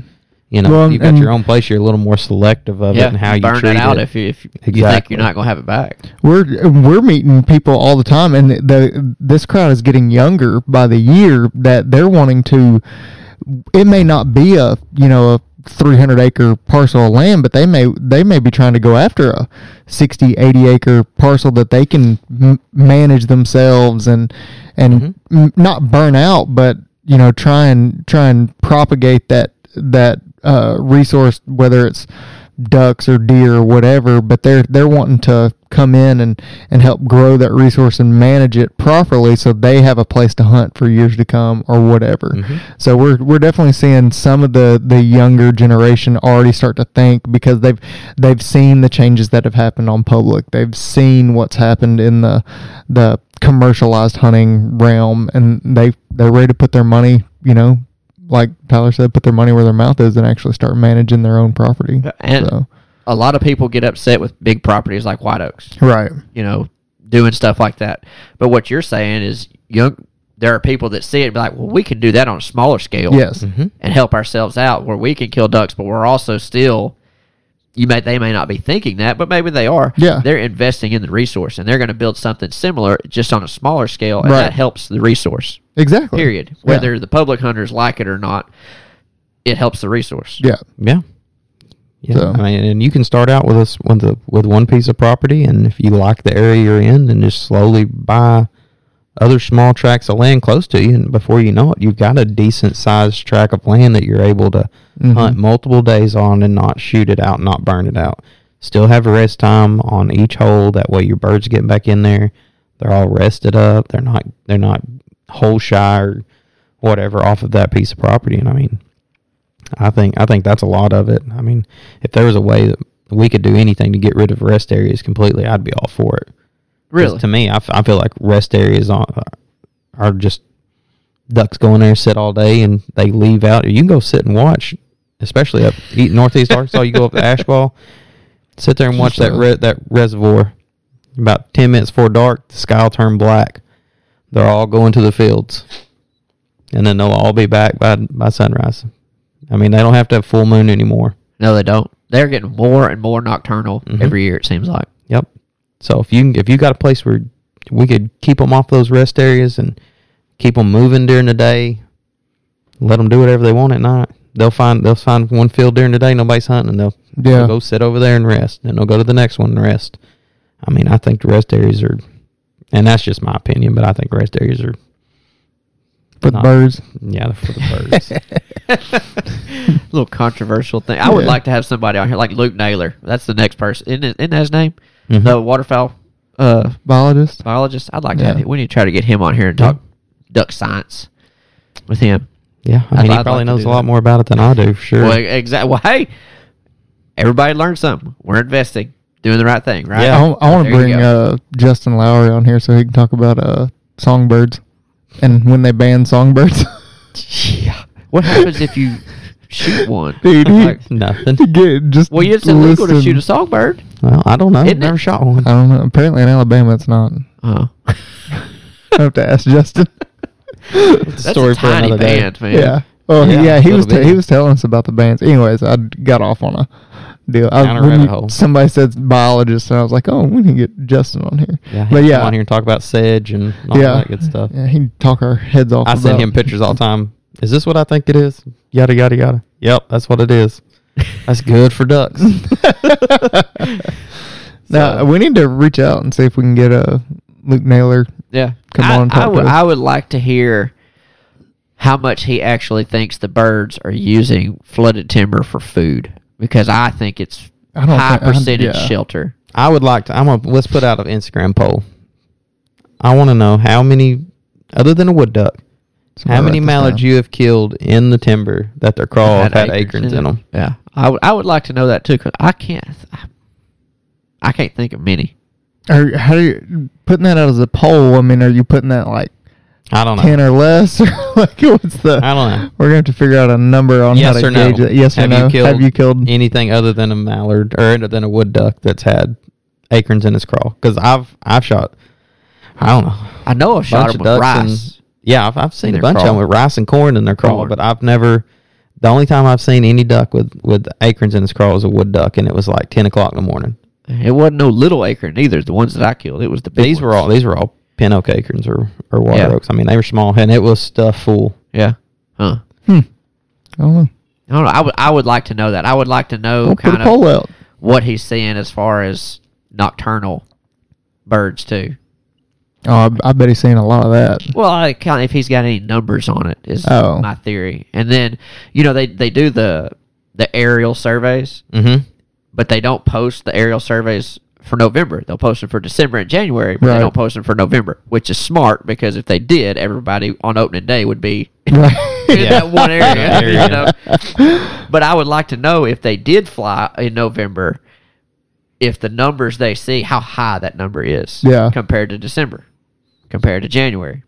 [SPEAKER 3] You know,
[SPEAKER 1] Well,
[SPEAKER 3] you've got
[SPEAKER 1] and-
[SPEAKER 3] your own place. You're a little more selective of it and how you
[SPEAKER 2] burn
[SPEAKER 3] treat
[SPEAKER 2] it out
[SPEAKER 3] it.
[SPEAKER 2] if you if you think
[SPEAKER 3] Exactly.
[SPEAKER 2] you're not gonna have it back.
[SPEAKER 1] we're we're meeting people all the time, and the this crowd is getting younger by the year that they're wanting to. It may not be a you know a 300 acre parcel of land, but they may they may be trying to go after a 60, 80 acre parcel that they can m- manage themselves and and m- not burn out, but you know try and try and propagate that that uh, resource, whether it's ducks or deer or whatever, but they're they're wanting to come in and, and help grow that resource and manage it properly so they have a place to hunt for years to come or whatever. So we're we're definitely seeing some of the, the younger generation already start to think because they've they've seen the changes that have happened on public. They've seen what's happened in the the commercialized hunting realm and they they're ready to put their money, you know, like Tyler said, put their money where their mouth is and actually start managing their own property.
[SPEAKER 2] And
[SPEAKER 1] So.
[SPEAKER 2] a lot of people get upset with big properties like White Oaks.
[SPEAKER 1] Right.
[SPEAKER 2] you know, doing stuff like that. But what you're saying is young there are people that see it and be like, Well, we can do that on a smaller scale
[SPEAKER 1] Yes.
[SPEAKER 3] Mm-hmm.
[SPEAKER 2] and help ourselves out where we can kill ducks, but we're also still you may they may not be thinking that, but maybe they are.
[SPEAKER 1] Yeah.
[SPEAKER 2] They're investing in the resource and they're gonna build something similar just on a smaller scale and
[SPEAKER 1] Right.
[SPEAKER 2] that helps the resource.
[SPEAKER 1] Exactly.
[SPEAKER 2] Period.
[SPEAKER 1] Yeah.
[SPEAKER 2] Whether the public hunters like it or not, it helps the resource.
[SPEAKER 1] Yeah.
[SPEAKER 3] Yeah. Yeah.
[SPEAKER 1] So-
[SPEAKER 3] I mean, and you can start out with us with the with one piece of property, and if you like the area you're in, then just slowly buy other small tracts of land close to you, and before you know it, you've got a decent sized tract of land that you're able to
[SPEAKER 1] Mm-hmm.
[SPEAKER 3] hunt multiple days on and not shoot it out, not burn it out. Still have a rest time on each hole. That way, your birds getting back in there. They're all rested up. They're not. They're not hole shy or whatever off of that piece of property. And I mean, I think I think that's a lot of it. I mean, if there was a way that we could do anything to get rid of rest areas completely, I'd be all for it. 'Cause
[SPEAKER 2] Really.
[SPEAKER 3] To me, I, f- I feel like rest areas on, are just ducks go in there and sit all day and they leave out. You can go sit and watch, especially up eat northeast Arkansas. You go up to Ashball, sit there and watch that re- that reservoir. About ten minutes before dark, the sky will turn black. They're all going to the fields, and then they'll all be back by by sunrise. I mean, they don't have to have full moon anymore.
[SPEAKER 2] No, they don't. They're getting more and more nocturnal
[SPEAKER 3] Mm-hmm.
[SPEAKER 2] every year, it seems like.
[SPEAKER 3] Yep. So if you can- if you got a place where we could keep them off those rest areas and keep them moving during the day, let them do whatever they want at night. They'll find they'll find one field during the day nobody's hunting and they'll,
[SPEAKER 1] Yeah.
[SPEAKER 3] they'll go sit over there and rest. And they'll go to the next one and rest. I mean, I think the rest areas are, and that's just my opinion, but I think rest areas are
[SPEAKER 1] For the
[SPEAKER 3] Not-
[SPEAKER 1] birds.
[SPEAKER 3] yeah they're for the birds.
[SPEAKER 2] little controversial thing. I would
[SPEAKER 1] Yeah.
[SPEAKER 2] like to have somebody on here like Luke Naylor. That's the next person. Isn't, it- isn't that his name? The waterfowl uh,
[SPEAKER 1] Mm-hmm. Biologist.
[SPEAKER 2] biologist. I'd like to. Have
[SPEAKER 1] Yeah.
[SPEAKER 2] him. We need to try to get him on here and talk duck science with him.
[SPEAKER 3] yeah, I
[SPEAKER 2] I'd
[SPEAKER 3] mean,
[SPEAKER 2] like
[SPEAKER 3] he
[SPEAKER 2] to
[SPEAKER 3] probably knows
[SPEAKER 2] do
[SPEAKER 3] a lot
[SPEAKER 2] that.
[SPEAKER 3] more about it than I do, for sure.
[SPEAKER 2] Well, exactly. Well, hey, everybody learned something. We're investing, doing the right thing, right?
[SPEAKER 3] Yeah.
[SPEAKER 1] I, wa- I want to
[SPEAKER 2] There you
[SPEAKER 1] bring
[SPEAKER 2] go.
[SPEAKER 1] uh, Justin Lowry on here so he can talk about uh, songbirds and when they ban songbirds.
[SPEAKER 2] What happens if you shoot one?
[SPEAKER 1] Dude, he-
[SPEAKER 2] Like,
[SPEAKER 3] Nothing.
[SPEAKER 1] Get- just
[SPEAKER 2] well, it's illegal to
[SPEAKER 1] listen.
[SPEAKER 2] shoot a songbird.
[SPEAKER 3] Well, I don't know.
[SPEAKER 2] Isn't it?
[SPEAKER 3] Never shot one.
[SPEAKER 1] I don't know. Apparently in Alabama it's not.
[SPEAKER 2] Oh,
[SPEAKER 1] I have to ask Justin.
[SPEAKER 2] that's a tiny band, man.
[SPEAKER 1] yeah. Oh yeah,
[SPEAKER 3] Yeah,
[SPEAKER 1] he
[SPEAKER 3] little
[SPEAKER 1] was
[SPEAKER 3] bit.
[SPEAKER 1] he was telling us about the bands. Anyways, I got off on a deal. I,
[SPEAKER 3] Down a
[SPEAKER 1] when
[SPEAKER 3] rabbit
[SPEAKER 1] you-
[SPEAKER 3] hole.
[SPEAKER 1] Somebody said biologist, and I was like, oh, we can get Justin on here.
[SPEAKER 3] Yeah,
[SPEAKER 1] but yeah,
[SPEAKER 3] come on here and talk about sedge and all
[SPEAKER 1] yeah,
[SPEAKER 3] that good stuff.
[SPEAKER 1] Yeah, he can talk our heads off.
[SPEAKER 3] I send
[SPEAKER 1] about-
[SPEAKER 3] him pictures all the time. Is this what I think it is? Yada yada yada. Yep, that's what it is. That's good for ducks.
[SPEAKER 1] Now
[SPEAKER 3] So-
[SPEAKER 1] we need to reach out and see if we can get a Luke Naylor.
[SPEAKER 2] Yeah,
[SPEAKER 1] Come
[SPEAKER 2] I,
[SPEAKER 1] on, talk
[SPEAKER 2] I
[SPEAKER 1] to
[SPEAKER 2] would
[SPEAKER 1] us.
[SPEAKER 2] I would like to hear how much he actually thinks the birds are using flooded timber for food because I think it's
[SPEAKER 1] I don't
[SPEAKER 2] high
[SPEAKER 1] think- I-
[SPEAKER 2] percentage
[SPEAKER 1] yeah.
[SPEAKER 2] shelter.
[SPEAKER 3] I would like to. I'm gonna let's put out an Instagram poll. I want to know how many, other than a wood duck,
[SPEAKER 1] Somebody
[SPEAKER 3] how
[SPEAKER 1] write
[SPEAKER 3] many
[SPEAKER 1] this
[SPEAKER 3] mallards
[SPEAKER 1] down.
[SPEAKER 3] you have killed in the timber that their craw have Oh, had acorns in them.
[SPEAKER 2] Yeah, I would I would like to know that too because I can't I, I can't think of many.
[SPEAKER 1] Are, how are you putting that out as a poll? I mean, are you putting that like
[SPEAKER 3] I don't know.
[SPEAKER 1] ten or less, or like what's the?
[SPEAKER 3] I don't know.
[SPEAKER 1] We're gonna have to figure out a number on
[SPEAKER 3] yes
[SPEAKER 1] how to
[SPEAKER 3] or no?
[SPEAKER 1] gauge it. Yes or
[SPEAKER 3] have
[SPEAKER 1] no?
[SPEAKER 3] You killed
[SPEAKER 1] have you killed?
[SPEAKER 3] anything other than a mallard or other than a wood duck that's had acorns in its craw? Because I've I've shot. I don't know.
[SPEAKER 2] I know I've shot
[SPEAKER 3] bunch
[SPEAKER 2] them
[SPEAKER 3] of
[SPEAKER 2] with
[SPEAKER 3] ducks and-
[SPEAKER 2] rice.
[SPEAKER 3] yeah, I've, I've seen
[SPEAKER 2] their
[SPEAKER 3] a bunch of
[SPEAKER 2] crawl.
[SPEAKER 3] them with rice and corn in their crawl,
[SPEAKER 2] Corn.
[SPEAKER 3] but I've never. The only time I've seen any duck with with acorns in its crawl was a wood duck, and it was like ten o'clock in the morning.
[SPEAKER 2] It wasn't no little acorn either. The ones that I killed, it was the big
[SPEAKER 3] these were
[SPEAKER 2] ones.
[SPEAKER 3] all these were all pin oak acorns or or water
[SPEAKER 2] Yeah.
[SPEAKER 3] oaks. I mean, they were small, and it was stuff full.
[SPEAKER 2] yeah, huh?
[SPEAKER 1] Hmm. I don't know.
[SPEAKER 2] I don't know. I would I would like to know that. I would like to know
[SPEAKER 1] We'll put
[SPEAKER 2] kind
[SPEAKER 1] a
[SPEAKER 2] of
[SPEAKER 1] poll out.
[SPEAKER 2] what he's seeing as far as nocturnal birds too.
[SPEAKER 1] Oh, I, I bet he's seen a lot of that.
[SPEAKER 2] Well, I kind of, if he's got any numbers on it is
[SPEAKER 1] Oh.
[SPEAKER 2] my theory. And then you know they they do the the aerial surveys,
[SPEAKER 3] Mm-hmm.
[SPEAKER 2] but they don't post the aerial surveys for November. They'll post them for December and January, but
[SPEAKER 1] Right.
[SPEAKER 2] they don't post them for November, which is smart because if they did, everybody on opening day would be
[SPEAKER 1] Right.
[SPEAKER 2] in
[SPEAKER 3] Yeah.
[SPEAKER 2] that one area.
[SPEAKER 3] That area.
[SPEAKER 2] you know? But I would like to know if they did fly in November, if the numbers they see, how high that number is
[SPEAKER 1] Yeah.
[SPEAKER 2] compared to December, compared to January.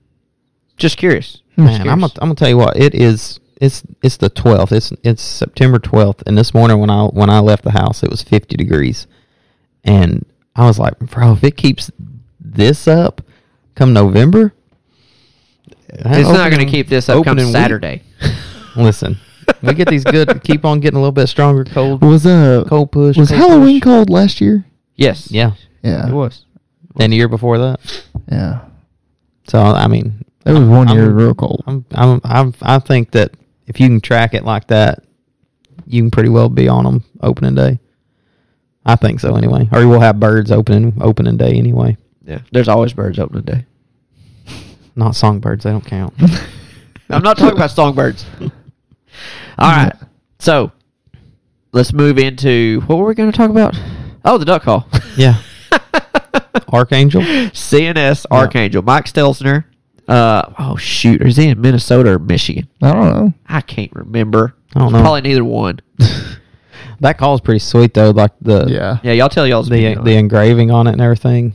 [SPEAKER 2] Just curious. Just
[SPEAKER 3] Man, I'm gonna
[SPEAKER 2] curious.
[SPEAKER 3] I'm gonna tell you what it is. It's it's the twelfth. It's it's September twelfth, and this morning when I when I left the house, it was fifty degrees, and I was like, bro, if it keeps this up, come November,
[SPEAKER 2] it's not going to keep this up come
[SPEAKER 3] opening week-
[SPEAKER 2] Saturday.
[SPEAKER 3] Listen, we get these good. keep on getting a little bit stronger. Cold.
[SPEAKER 1] was uh
[SPEAKER 3] Cold push,
[SPEAKER 1] was
[SPEAKER 3] cold
[SPEAKER 1] Halloween
[SPEAKER 3] push.
[SPEAKER 1] cold last year?
[SPEAKER 2] Yes.
[SPEAKER 3] Yeah,
[SPEAKER 1] Yeah,
[SPEAKER 2] It was.
[SPEAKER 3] and the year before that.
[SPEAKER 1] yeah.
[SPEAKER 3] So I mean,
[SPEAKER 1] There was one
[SPEAKER 3] I'm-
[SPEAKER 1] year real cold.
[SPEAKER 3] I'm, I'm, I'm, I think that if you can track it like that, you can pretty well be on them opening day. I think so anyway. Or we'll have birds opening opening day anyway.
[SPEAKER 2] Yeah. There's always birds opening day.
[SPEAKER 3] Not songbirds, they don't count.
[SPEAKER 2] I'm not talking about songbirds. All right. So let's move into what were we going to talk about? Oh, the duck call.
[SPEAKER 3] yeah. Archangel.
[SPEAKER 2] CNS Archangel. Mike Stelzner. Uh, oh, shoot. Is he in Minnesota or Michigan?
[SPEAKER 1] I don't know.
[SPEAKER 2] I can't remember.
[SPEAKER 3] I don't know.
[SPEAKER 2] Probably neither one.
[SPEAKER 3] That call's pretty sweet though. Like the
[SPEAKER 1] Yeah,
[SPEAKER 2] Yeah, y'all tell y'all's
[SPEAKER 3] the
[SPEAKER 1] uh,
[SPEAKER 2] opinion on
[SPEAKER 3] the
[SPEAKER 2] it.
[SPEAKER 3] engraving on it and everything.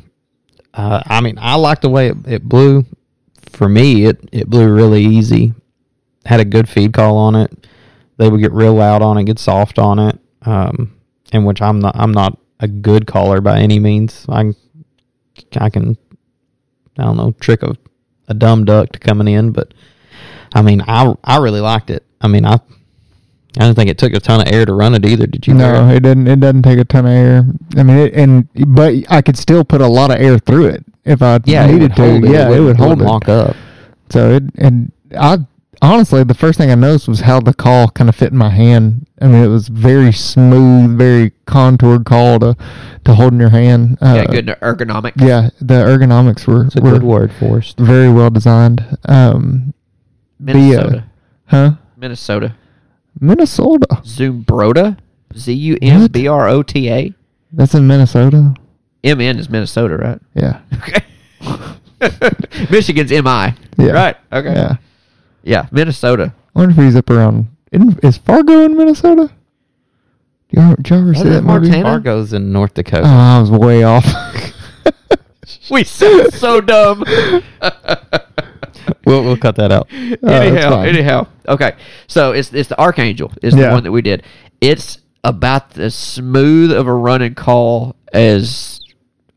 [SPEAKER 3] Uh, I mean, I like the way it, it blew. For me, it it blew really easy. Had a good feed call on it. They would get real loud on it, get soft on it. Um, in which I'm not I'm not a good caller by any means. I I can I don't know trick a a dumb duck to coming in, but I mean I I really liked it. I mean I. I don't think it took a ton of air to run it either. Did you?
[SPEAKER 1] no,
[SPEAKER 3] Barrett?
[SPEAKER 1] it doesn't. It doesn't take a ton of air. I mean, it, and but I could still put a lot of air through it if I
[SPEAKER 3] Yeah, it
[SPEAKER 1] needed
[SPEAKER 3] would hold
[SPEAKER 1] to.
[SPEAKER 3] it.
[SPEAKER 1] Yeah, it
[SPEAKER 3] wouldn't-
[SPEAKER 1] would hold
[SPEAKER 3] wouldn't
[SPEAKER 1] it.
[SPEAKER 3] Lock up.
[SPEAKER 1] So it and I honestly the first thing I noticed was how the call kind of fit in my hand. I mean, it was very smooth, very contoured call to to hold in your hand. Uh,
[SPEAKER 2] yeah, good ergonomic.
[SPEAKER 1] Yeah, the ergonomics were,
[SPEAKER 3] It's a
[SPEAKER 1] were
[SPEAKER 3] good word for us.
[SPEAKER 1] very well designed. Um, but yeah.
[SPEAKER 2] Minnesota.
[SPEAKER 1] huh?
[SPEAKER 2] Minnesota.
[SPEAKER 1] Minnesota.
[SPEAKER 2] Zumbroda. Z U M B R O T A.
[SPEAKER 1] That's in Minnesota.
[SPEAKER 2] M N is Minnesota, right?
[SPEAKER 1] Yeah.
[SPEAKER 2] Okay. Michigan's M I.
[SPEAKER 1] Yeah.
[SPEAKER 2] Right. Okay.
[SPEAKER 1] Yeah.
[SPEAKER 2] Yeah, Minnesota.
[SPEAKER 1] I wonder if he's up around. In, is Fargo in Minnesota? Do y'all, did y'all ever see
[SPEAKER 2] Isn't
[SPEAKER 1] that
[SPEAKER 2] it
[SPEAKER 1] movie?
[SPEAKER 2] Montana?
[SPEAKER 3] Fargo's in North
[SPEAKER 1] Oh,
[SPEAKER 3] Dakota.
[SPEAKER 1] I was way off.
[SPEAKER 2] We sound so dumb.
[SPEAKER 3] we'll, we'll cut that out.
[SPEAKER 1] that's
[SPEAKER 2] anyhow,
[SPEAKER 1] Uh, fine.
[SPEAKER 2] anyhow. Okay. So it's it's the Archangel is
[SPEAKER 1] Yeah.
[SPEAKER 2] the one that we did. It's about as smooth of a run and call as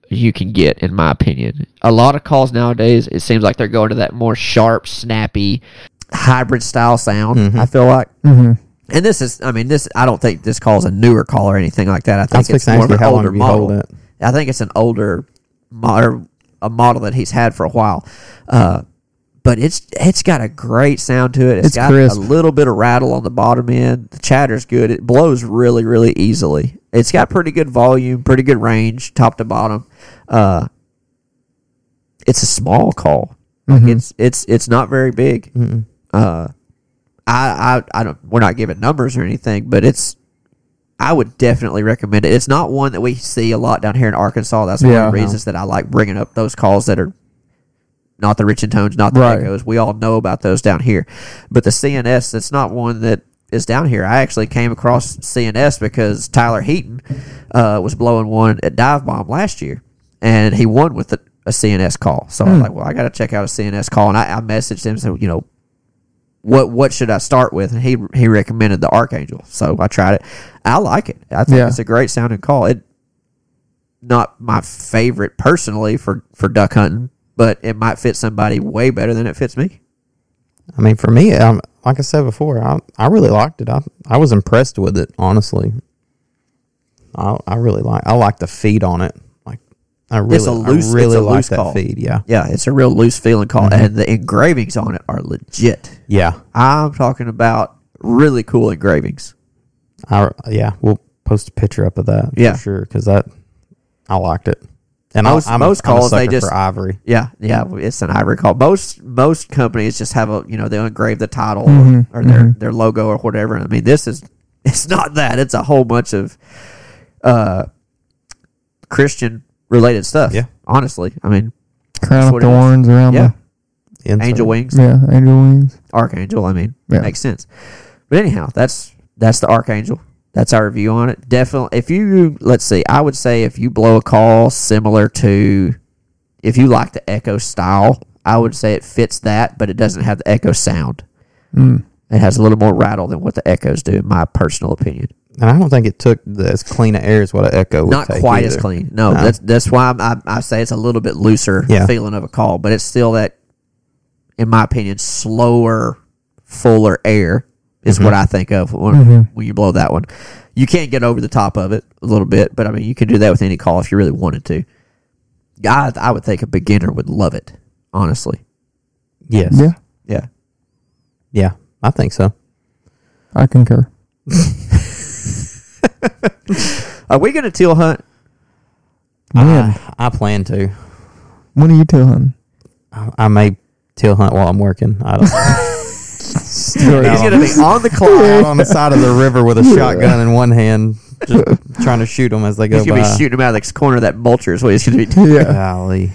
[SPEAKER 2] you can get, in my opinion. A lot of calls nowadays, it seems like they're going to that more sharp, snappy hybrid style sound.
[SPEAKER 1] Mm-hmm.
[SPEAKER 2] I feel like.
[SPEAKER 5] Mm-hmm.
[SPEAKER 2] And this is, I mean, this I don't think this call is a newer call or anything like that. I think
[SPEAKER 3] was
[SPEAKER 2] it's
[SPEAKER 3] fixing to
[SPEAKER 2] more of an
[SPEAKER 3] ask you how long
[SPEAKER 2] older
[SPEAKER 3] have you held
[SPEAKER 2] model. I think it's an older model, a model that he's had for a while. Uh, but it's it's got a great sound to it.
[SPEAKER 5] It's
[SPEAKER 2] it's got
[SPEAKER 5] crisp.
[SPEAKER 2] a little bit of rattle on the bottom end. The chatter's good. It blows really really easily. It's got pretty good volume, pretty good range, top to bottom. Uh, it's a small call. Like
[SPEAKER 3] Mm-hmm.
[SPEAKER 2] it's it's it's not very big. Uh, I, I I don't. We're not giving numbers or anything, but it's. I would definitely recommend it. It's not one that we see a lot down here in Arkansas. That's one
[SPEAKER 1] Yeah.
[SPEAKER 2] of the reasons that I like bringing up those calls that are not the rich and tones, not the
[SPEAKER 1] Right.
[SPEAKER 2] echoes. We all know about those down here, but the CNS that's not one that is down here. I actually came across CNS because Tyler Heaton uh, was blowing one at Dive Bomb last year, and he won with a, a CNS call. So I
[SPEAKER 1] Hmm.
[SPEAKER 2] was like, well, I got to check out a CNS call, and I, I messaged him and said, you know, what what should I start with? And he he recommended the Archangel, so I tried it. I like it. I think
[SPEAKER 1] Yeah.
[SPEAKER 2] it's a great sounding call. It not my favorite personally for for duck hunting, but it might fit somebody way better than it fits me.
[SPEAKER 3] I mean, for me, um, like I said before, I, I really liked it. I, I was impressed with it, honestly. I, I really like I like the feed on it. Like I really,
[SPEAKER 2] a loose-
[SPEAKER 3] I
[SPEAKER 2] it's
[SPEAKER 3] really
[SPEAKER 2] a
[SPEAKER 3] like
[SPEAKER 2] loose
[SPEAKER 3] that
[SPEAKER 2] call.
[SPEAKER 3] feed. Yeah,
[SPEAKER 2] Yeah, it's a real loose feeling call, and the engravings on it are legit.
[SPEAKER 3] yeah,
[SPEAKER 2] I'm talking about really cool engravings.
[SPEAKER 3] I yeah. We'll post a picture up of that.
[SPEAKER 2] Yeah.
[SPEAKER 3] for sure, because that I liked it. And
[SPEAKER 2] Most-
[SPEAKER 3] I, I'm,
[SPEAKER 2] most
[SPEAKER 3] most calls
[SPEAKER 2] calls, they
[SPEAKER 3] I'm a sucker
[SPEAKER 2] just-
[SPEAKER 3] for ivory.
[SPEAKER 2] Yeah, yeah, it's an ivory call. Most most companies just have a you know they'll engrave the title or, their their logo or whatever. I mean, this is it's not that. It's a whole bunch of uh Christian related stuff.
[SPEAKER 3] Yeah.
[SPEAKER 2] honestly, I mean,
[SPEAKER 5] Crown of
[SPEAKER 2] what it is.
[SPEAKER 5] thorns around
[SPEAKER 2] yeah,
[SPEAKER 3] Inside.
[SPEAKER 2] angel wings,
[SPEAKER 5] the yeah angel wings.
[SPEAKER 2] archangel. I mean,
[SPEAKER 5] Yeah.
[SPEAKER 2] makes sense. But anyhow, that's that's the archangel. That's our review on it. Definitely, if you let's see, I would say if you blow a call similar to, if you like the echo style, I would say it fits that, but it doesn't have the echo sound. It has a little more rattle than what the echoes do, in my personal opinion.
[SPEAKER 3] And I don't think it took the, as clean an air as what an echo would
[SPEAKER 2] Not
[SPEAKER 3] take
[SPEAKER 2] quite as
[SPEAKER 3] either.
[SPEAKER 2] clean. No,
[SPEAKER 3] No.
[SPEAKER 2] that's that's why I'm, I, I say it's a little bit looser
[SPEAKER 3] Yeah.
[SPEAKER 2] feeling of a call, but it's still that, in my opinion, slower, fuller air is
[SPEAKER 3] Mm-hmm.
[SPEAKER 2] what I think of when, when you blow that one. You can't get over the top of it a little bit, but I mean you can do that with any call if you really wanted to. I I would think a beginner would love it, honestly.
[SPEAKER 3] Yes.
[SPEAKER 5] Yeah,
[SPEAKER 2] Yeah.
[SPEAKER 3] Yeah, I think so.
[SPEAKER 5] I concur.
[SPEAKER 2] Are we gonna teal hunt?
[SPEAKER 5] When
[SPEAKER 2] Ah.
[SPEAKER 3] I plan to.
[SPEAKER 5] when are you till hunting?
[SPEAKER 3] I, I may tail hunt while I'm working. I don't. Still
[SPEAKER 2] He's gonna be on the clock.
[SPEAKER 3] out on the side of the river with a shotgun in one hand, just trying to shoot them as they go
[SPEAKER 2] He's
[SPEAKER 3] by.
[SPEAKER 2] gonna be shooting him out of the corner of that mulcher is what he's gonna be doing.
[SPEAKER 5] Yeah.
[SPEAKER 3] Golly.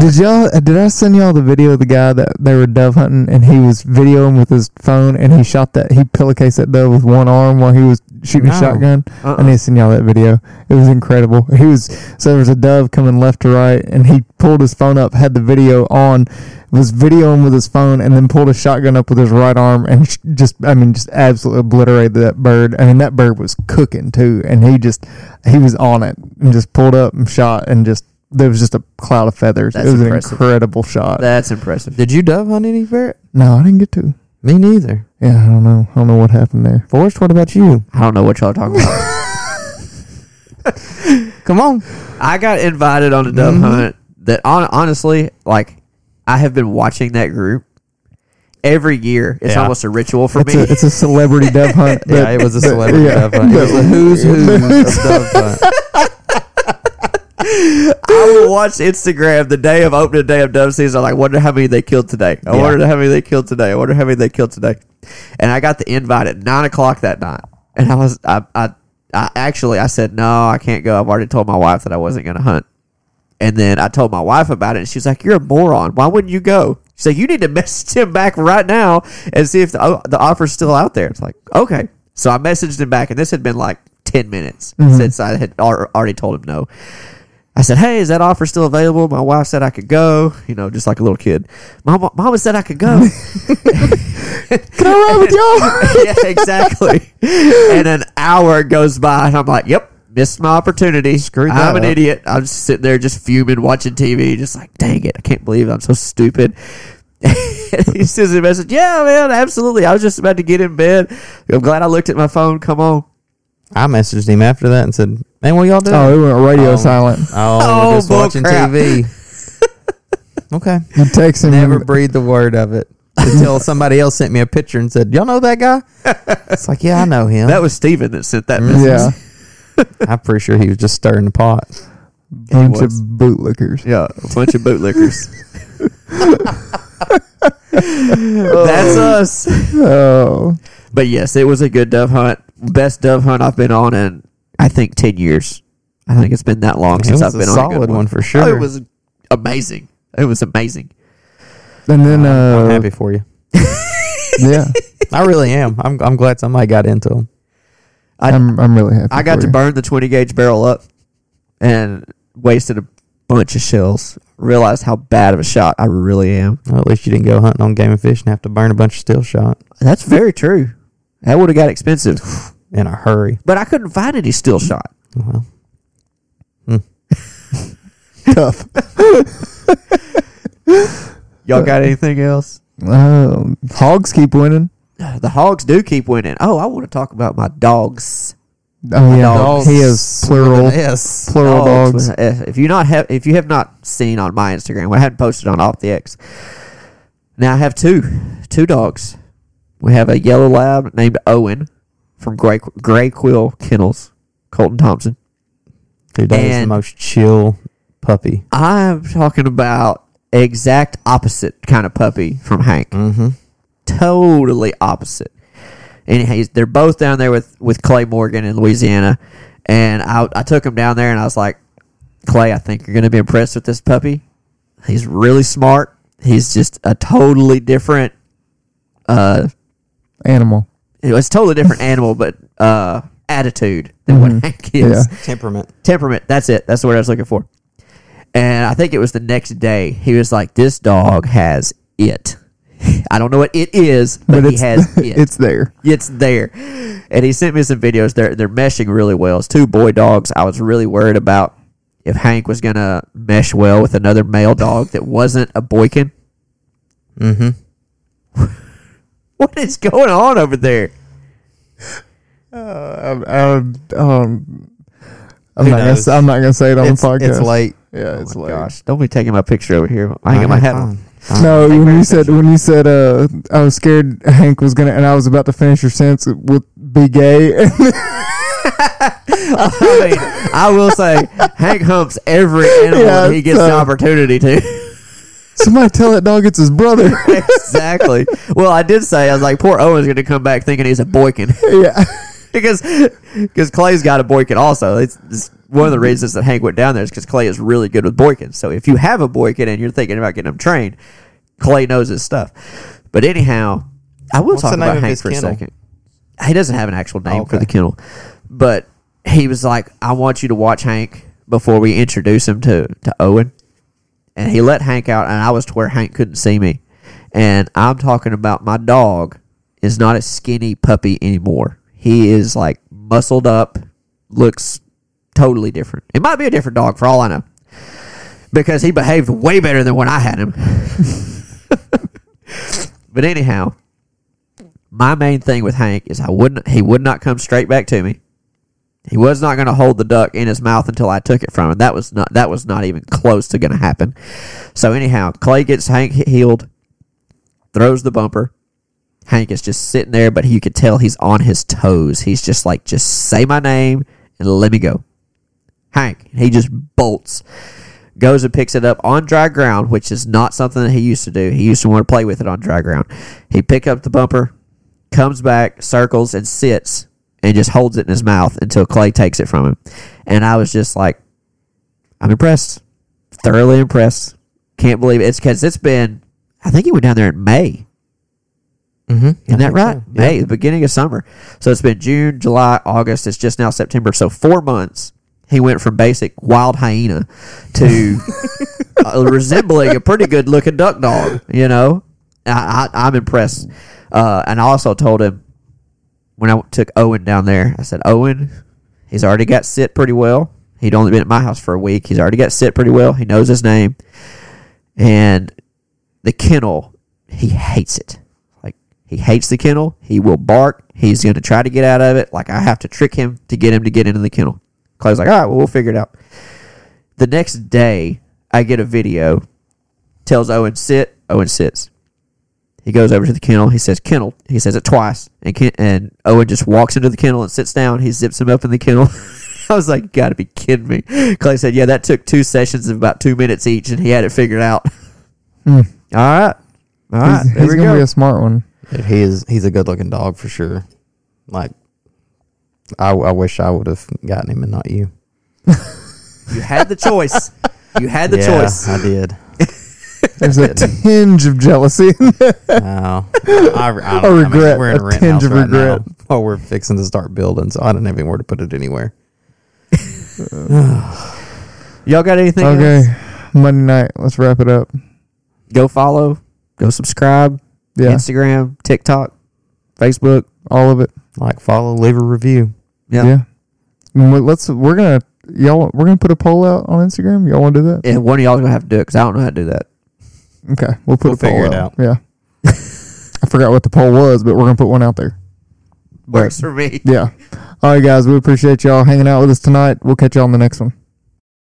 [SPEAKER 5] Did y'all? uh, Did I send y'all the video of the guy that they were dove hunting and he was videoing with his phone and he shot that he pillowcased that dove with one arm while he was shooting a
[SPEAKER 3] No.
[SPEAKER 5] shotgun? I
[SPEAKER 2] Uh-uh.
[SPEAKER 5] need to send y'all that video. It was incredible. He was so there was a dove coming left to right and he pulled his phone up, had the video on, was videoing with his phone, and then pulled a shotgun up with his right arm and sh- just I mean just absolutely obliterated that bird. I mean that bird was cooking too, and he just he was on it and just pulled up and shot and just. There was just a cloud of feathers.
[SPEAKER 2] That's
[SPEAKER 5] it was
[SPEAKER 2] impressive.
[SPEAKER 5] an incredible shot.
[SPEAKER 2] That's impressive.
[SPEAKER 3] Did you dove hunt any ferret?
[SPEAKER 5] no, I didn't get to.
[SPEAKER 3] Me neither.
[SPEAKER 5] Yeah, I don't know. I don't know what happened there.
[SPEAKER 3] Forrest, what about you?
[SPEAKER 2] I don't know what y'all are talking about.
[SPEAKER 3] Come on.
[SPEAKER 2] I got invited on a dove hunt that on, honestly, like I have been watching that group every year. It's
[SPEAKER 3] Yeah.
[SPEAKER 2] almost a ritual for
[SPEAKER 5] It's
[SPEAKER 2] me.
[SPEAKER 5] a, it's a celebrity dove hunt.
[SPEAKER 3] Yeah, it was a celebrity
[SPEAKER 5] yeah.
[SPEAKER 3] dove hunt. It was a who's who of dove hunt.
[SPEAKER 2] I will watch Instagram the day of opening day of dove season. I'm like, wonder how many they killed today. I
[SPEAKER 3] Yeah.
[SPEAKER 2] wonder how many they killed today. I wonder how many they killed today. And I got the invite at nine o'clock that night, and I was I I, I actually I said no, I can't go. I've already told my wife that I wasn't going to hunt. And then I told my wife about it, and she was like, "You're a moron. Why wouldn't you go?" She's like, "You need to message him back right now and see if the, oh, the offer's still out there." It's like, okay. So I messaged him back, and this had been like ten minutes since I had al- already told him no. I said, "Hey, is that offer still available?" My wife said I could go. You know, just like a little kid. Mama, mama said I could go.
[SPEAKER 5] Can I ride with y'all?
[SPEAKER 2] yeah, exactly. and an hour goes by, and I'm like, "Yep, missed my opportunity. Screwed
[SPEAKER 3] that
[SPEAKER 2] I'm an
[SPEAKER 3] up.
[SPEAKER 2] idiot. I'm just sitting there, just fuming, watching TV, just like, dang it, I can't believe I'm so stupid." he sends me a message. Yeah, man, absolutely. I was just about to get in bed. I'm glad I looked at my phone. Come on.
[SPEAKER 3] I messaged him after that and said, "Man, what y'all doing?"
[SPEAKER 1] Oh, it went radio
[SPEAKER 3] Um,
[SPEAKER 1] silent.
[SPEAKER 3] Oh,
[SPEAKER 2] Oh,
[SPEAKER 3] we're just
[SPEAKER 2] bull
[SPEAKER 3] watching
[SPEAKER 2] crap.
[SPEAKER 3] TV. okay.
[SPEAKER 1] You text him.
[SPEAKER 3] Never breathe the word of it until somebody else sent me a picture and said, "Y'all know that guy?" It's like, yeah, I know him.
[SPEAKER 2] That was Steven that sent that message.
[SPEAKER 1] yeah.
[SPEAKER 3] I'm pretty sure he was just stirring the pot.
[SPEAKER 1] Bunch of
[SPEAKER 2] was.
[SPEAKER 1] bootlickers.
[SPEAKER 2] Yeah, a bunch of bootlickers. That's us.
[SPEAKER 1] Oh.
[SPEAKER 2] But yes, it was a good dove hunt. Best dove hunt I've been on in I think ten years. I think it's been that long since
[SPEAKER 3] was
[SPEAKER 2] I've been
[SPEAKER 3] a
[SPEAKER 2] on a
[SPEAKER 3] solid
[SPEAKER 2] good
[SPEAKER 3] one
[SPEAKER 2] one
[SPEAKER 3] for sure.
[SPEAKER 2] Oh, it was amazing. It was amazing.
[SPEAKER 1] And then, uh,
[SPEAKER 3] I'm happy for you.
[SPEAKER 1] yeah,
[SPEAKER 3] I really am. I'm, I'm glad somebody got into him.
[SPEAKER 2] I-
[SPEAKER 1] I'm, I'm really happy.
[SPEAKER 2] I got
[SPEAKER 1] for
[SPEAKER 2] to
[SPEAKER 1] you.
[SPEAKER 2] burn the 20 gauge barrel up and wasted a bunch of shells. Realized how bad of a shot I really am.
[SPEAKER 3] Well, at least you didn't go hunting on game and fish and have to burn a bunch of steel shot
[SPEAKER 2] That's very true. That would have got expensive,
[SPEAKER 3] in a hurry.
[SPEAKER 2] but I couldn't find any steel shot.
[SPEAKER 3] Well, hmm.
[SPEAKER 1] tough.
[SPEAKER 2] Y'all got anything else?
[SPEAKER 1] Um, hogs keep winning.
[SPEAKER 2] The hogs do keep winning. Oh, I want to talk about my dogs.
[SPEAKER 1] Oh yeah,
[SPEAKER 3] dogs
[SPEAKER 1] he is plural,
[SPEAKER 3] yes.
[SPEAKER 1] plural dogs.
[SPEAKER 2] with an F. Oh, If you not have, if you have not seen on my Instagram, I hadn't posted on off the X. Now I have two, two dogs. We have a yellow lab named Owen from Gray, Gray Quill Kennels, Colton Thompson.
[SPEAKER 3] Dude, that is the
[SPEAKER 2] And-
[SPEAKER 3] most chill puppy.
[SPEAKER 2] I'm talking about exact opposite kind of puppy from Hank.
[SPEAKER 3] Mm-hmm.
[SPEAKER 2] Totally opposite. Anyways, they're both down there with, with Clay Morgan in Louisiana, and I I took him down there and I was like, Clay, I think you're going to be impressed with this puppy. He's really smart. He's just a totally different. Uh,
[SPEAKER 1] Animal.
[SPEAKER 2] it was a totally different animal, but uh, attitude than what Hank is
[SPEAKER 1] Mm-hmm. Yeah.
[SPEAKER 3] Temperament.
[SPEAKER 2] temperament. That's it. That's the word I was looking for. And I think it was the next day. He was like, "This dog has it. I don't know what it is, but,
[SPEAKER 1] But
[SPEAKER 2] he
[SPEAKER 1] it's-
[SPEAKER 2] has it.
[SPEAKER 1] It's there.
[SPEAKER 2] It's there." And he sent me some videos. They're they're meshing really well. It's two boy dogs. I was really worried about if Hank was gonna mesh well with another male dog that wasn't a boykin.
[SPEAKER 3] Mm-hmm.
[SPEAKER 2] What is going on over there?
[SPEAKER 1] Um, um, um, I'm
[SPEAKER 3] Who
[SPEAKER 1] not gonna.
[SPEAKER 3] knows?
[SPEAKER 1] say- I'm not gonna say it on
[SPEAKER 3] It's,
[SPEAKER 1] the podcast.
[SPEAKER 3] it's late.
[SPEAKER 1] Yeah, it's late.
[SPEAKER 2] oh Gosh, don't be taking my picture over here. I ain't got my
[SPEAKER 3] Okay,
[SPEAKER 2] hat on.
[SPEAKER 3] fine.
[SPEAKER 1] No, when you said when you said uh, I was scared Hank was gonna, and I was about to finish your sentence with be gay.
[SPEAKER 2] I mean, I will say Hank humps every animal
[SPEAKER 1] Yeah,
[SPEAKER 2] he gets the
[SPEAKER 1] so-
[SPEAKER 2] opportunity to.
[SPEAKER 1] Somebody tell that dog it's his brother.
[SPEAKER 2] exactly. Well, I did say I was like, poor Owen's going to come back thinking he's a boykin
[SPEAKER 1] yeah,
[SPEAKER 2] because because Clay's got a boykin also. It's, it's one of the reasons that Hank went down there is because Clay is really good with boykins. So if you have a boykin and you're thinking about getting him trained, Clay knows his stuff. But anyhow, I will
[SPEAKER 3] What's
[SPEAKER 2] talk
[SPEAKER 3] the name
[SPEAKER 2] about
[SPEAKER 3] of
[SPEAKER 2] Hank
[SPEAKER 3] his
[SPEAKER 2] for
[SPEAKER 3] kennel?
[SPEAKER 2] a second. He doesn't have an actual name for
[SPEAKER 3] okay.
[SPEAKER 2] the kennel, but he was like, "I want you to watch Hank before we introduce him to to Owen." And he let Hank out, and I was to where Hank couldn't see me. And I'm talking about my dog is not a skinny puppy anymore. He is like muscled up, looks totally different. It might be a different dog for all I know, because he behaved way better than when I had him. but anyhow, my main thing with Hank is I wouldn't he would not come straight back to me. He was not going to hold the duck in his mouth until I took it from him. That was not that was not even close to going to happen. So anyhow, Clay gets Hank he- healed, throws the bumper. Hank is just sitting there, but you could tell he's on his toes. He's just like, just say my name and let me go. Hank, he just bolts, goes and picks it up on dry ground, which is not something that he used to do. He used to want to play with it on dry ground. He picked up the bumper, comes back, circles, and sits and just holds it in his mouth until Clay takes it from him. And I was just like, I'm impressed. Thoroughly impressed. Can't believe it. It's because it's been, I think he went down there in May.
[SPEAKER 3] Mm-hmm.
[SPEAKER 2] Isn't that right? May, the beginning of summer. So it's been June, July, August. It's just now September. So four months. He went from basic wild hyena to uh, resembling a pretty good looking duck dog. You know, I, I, I'm impressed. Uh, and I also told him when I took Owen down there, I said, Owen, he's already got sit pretty well. He'd only been at my house for a week. He's already got sit pretty well. He knows his name. And the kennel He hates it. Like he hates the kennel. He will bark. He's going to try to get out of it. Like I have to trick him to get him to get into the kennel. Clay's like, all right, well, we'll figure it out. The next day, I get a video. Tells Owen sit. Owen sits. He goes over to the kennel. He says kennel. He says it twice, and Ken, and Owen just walks into the kennel and sits down. He zips him up in the kennel. I was like, you gotta be kidding me. Clay said, yeah, that took two sessions of about two minutes each, and he had it figured out. All right, all right,
[SPEAKER 1] Hmm. he's
[SPEAKER 2] there
[SPEAKER 1] he's
[SPEAKER 2] we
[SPEAKER 1] going to
[SPEAKER 2] go.
[SPEAKER 1] be a smart one.
[SPEAKER 3] He is he's a good looking dog for sure. Like I, I wish I would have gotten him and not you.
[SPEAKER 2] you had the choice. You had the
[SPEAKER 3] Yeah,
[SPEAKER 2] choice.
[SPEAKER 3] I did.
[SPEAKER 1] There's a tinge of jealousy.
[SPEAKER 3] Oh, I, I don't know. I mean,
[SPEAKER 1] regret,
[SPEAKER 3] we're in
[SPEAKER 1] a
[SPEAKER 3] a rent
[SPEAKER 1] tinge
[SPEAKER 3] house
[SPEAKER 1] of
[SPEAKER 3] right
[SPEAKER 1] regret.
[SPEAKER 3] now. Oh, we're fixing to start building, so I don't have anywhere to put it anywhere.
[SPEAKER 2] Y'all got anything?
[SPEAKER 1] okay.
[SPEAKER 2] else?
[SPEAKER 1] Monday night. Let's wrap it up.
[SPEAKER 2] Go follow. Go subscribe.
[SPEAKER 1] Yeah.
[SPEAKER 2] Instagram, TikTok, Facebook.
[SPEAKER 1] all of it.
[SPEAKER 3] Like follow, leave a review.
[SPEAKER 2] Yeah.
[SPEAKER 1] Yeah. And we- Let's. We're gonna. Y'all. We're gonna put a poll out on Instagram. Y'all want to do that?
[SPEAKER 2] And one of y'all's gonna have to do it because I don't know how to do that.
[SPEAKER 1] Okay. We'll put
[SPEAKER 3] We'll
[SPEAKER 1] a poll
[SPEAKER 3] figure it
[SPEAKER 1] out. Yeah. I forgot what the poll was, but we're gonna put one out there.
[SPEAKER 2] Works for me.
[SPEAKER 1] Yeah. All right, guys. We appreciate y'all hanging out with us tonight. We'll catch y'all on the next one.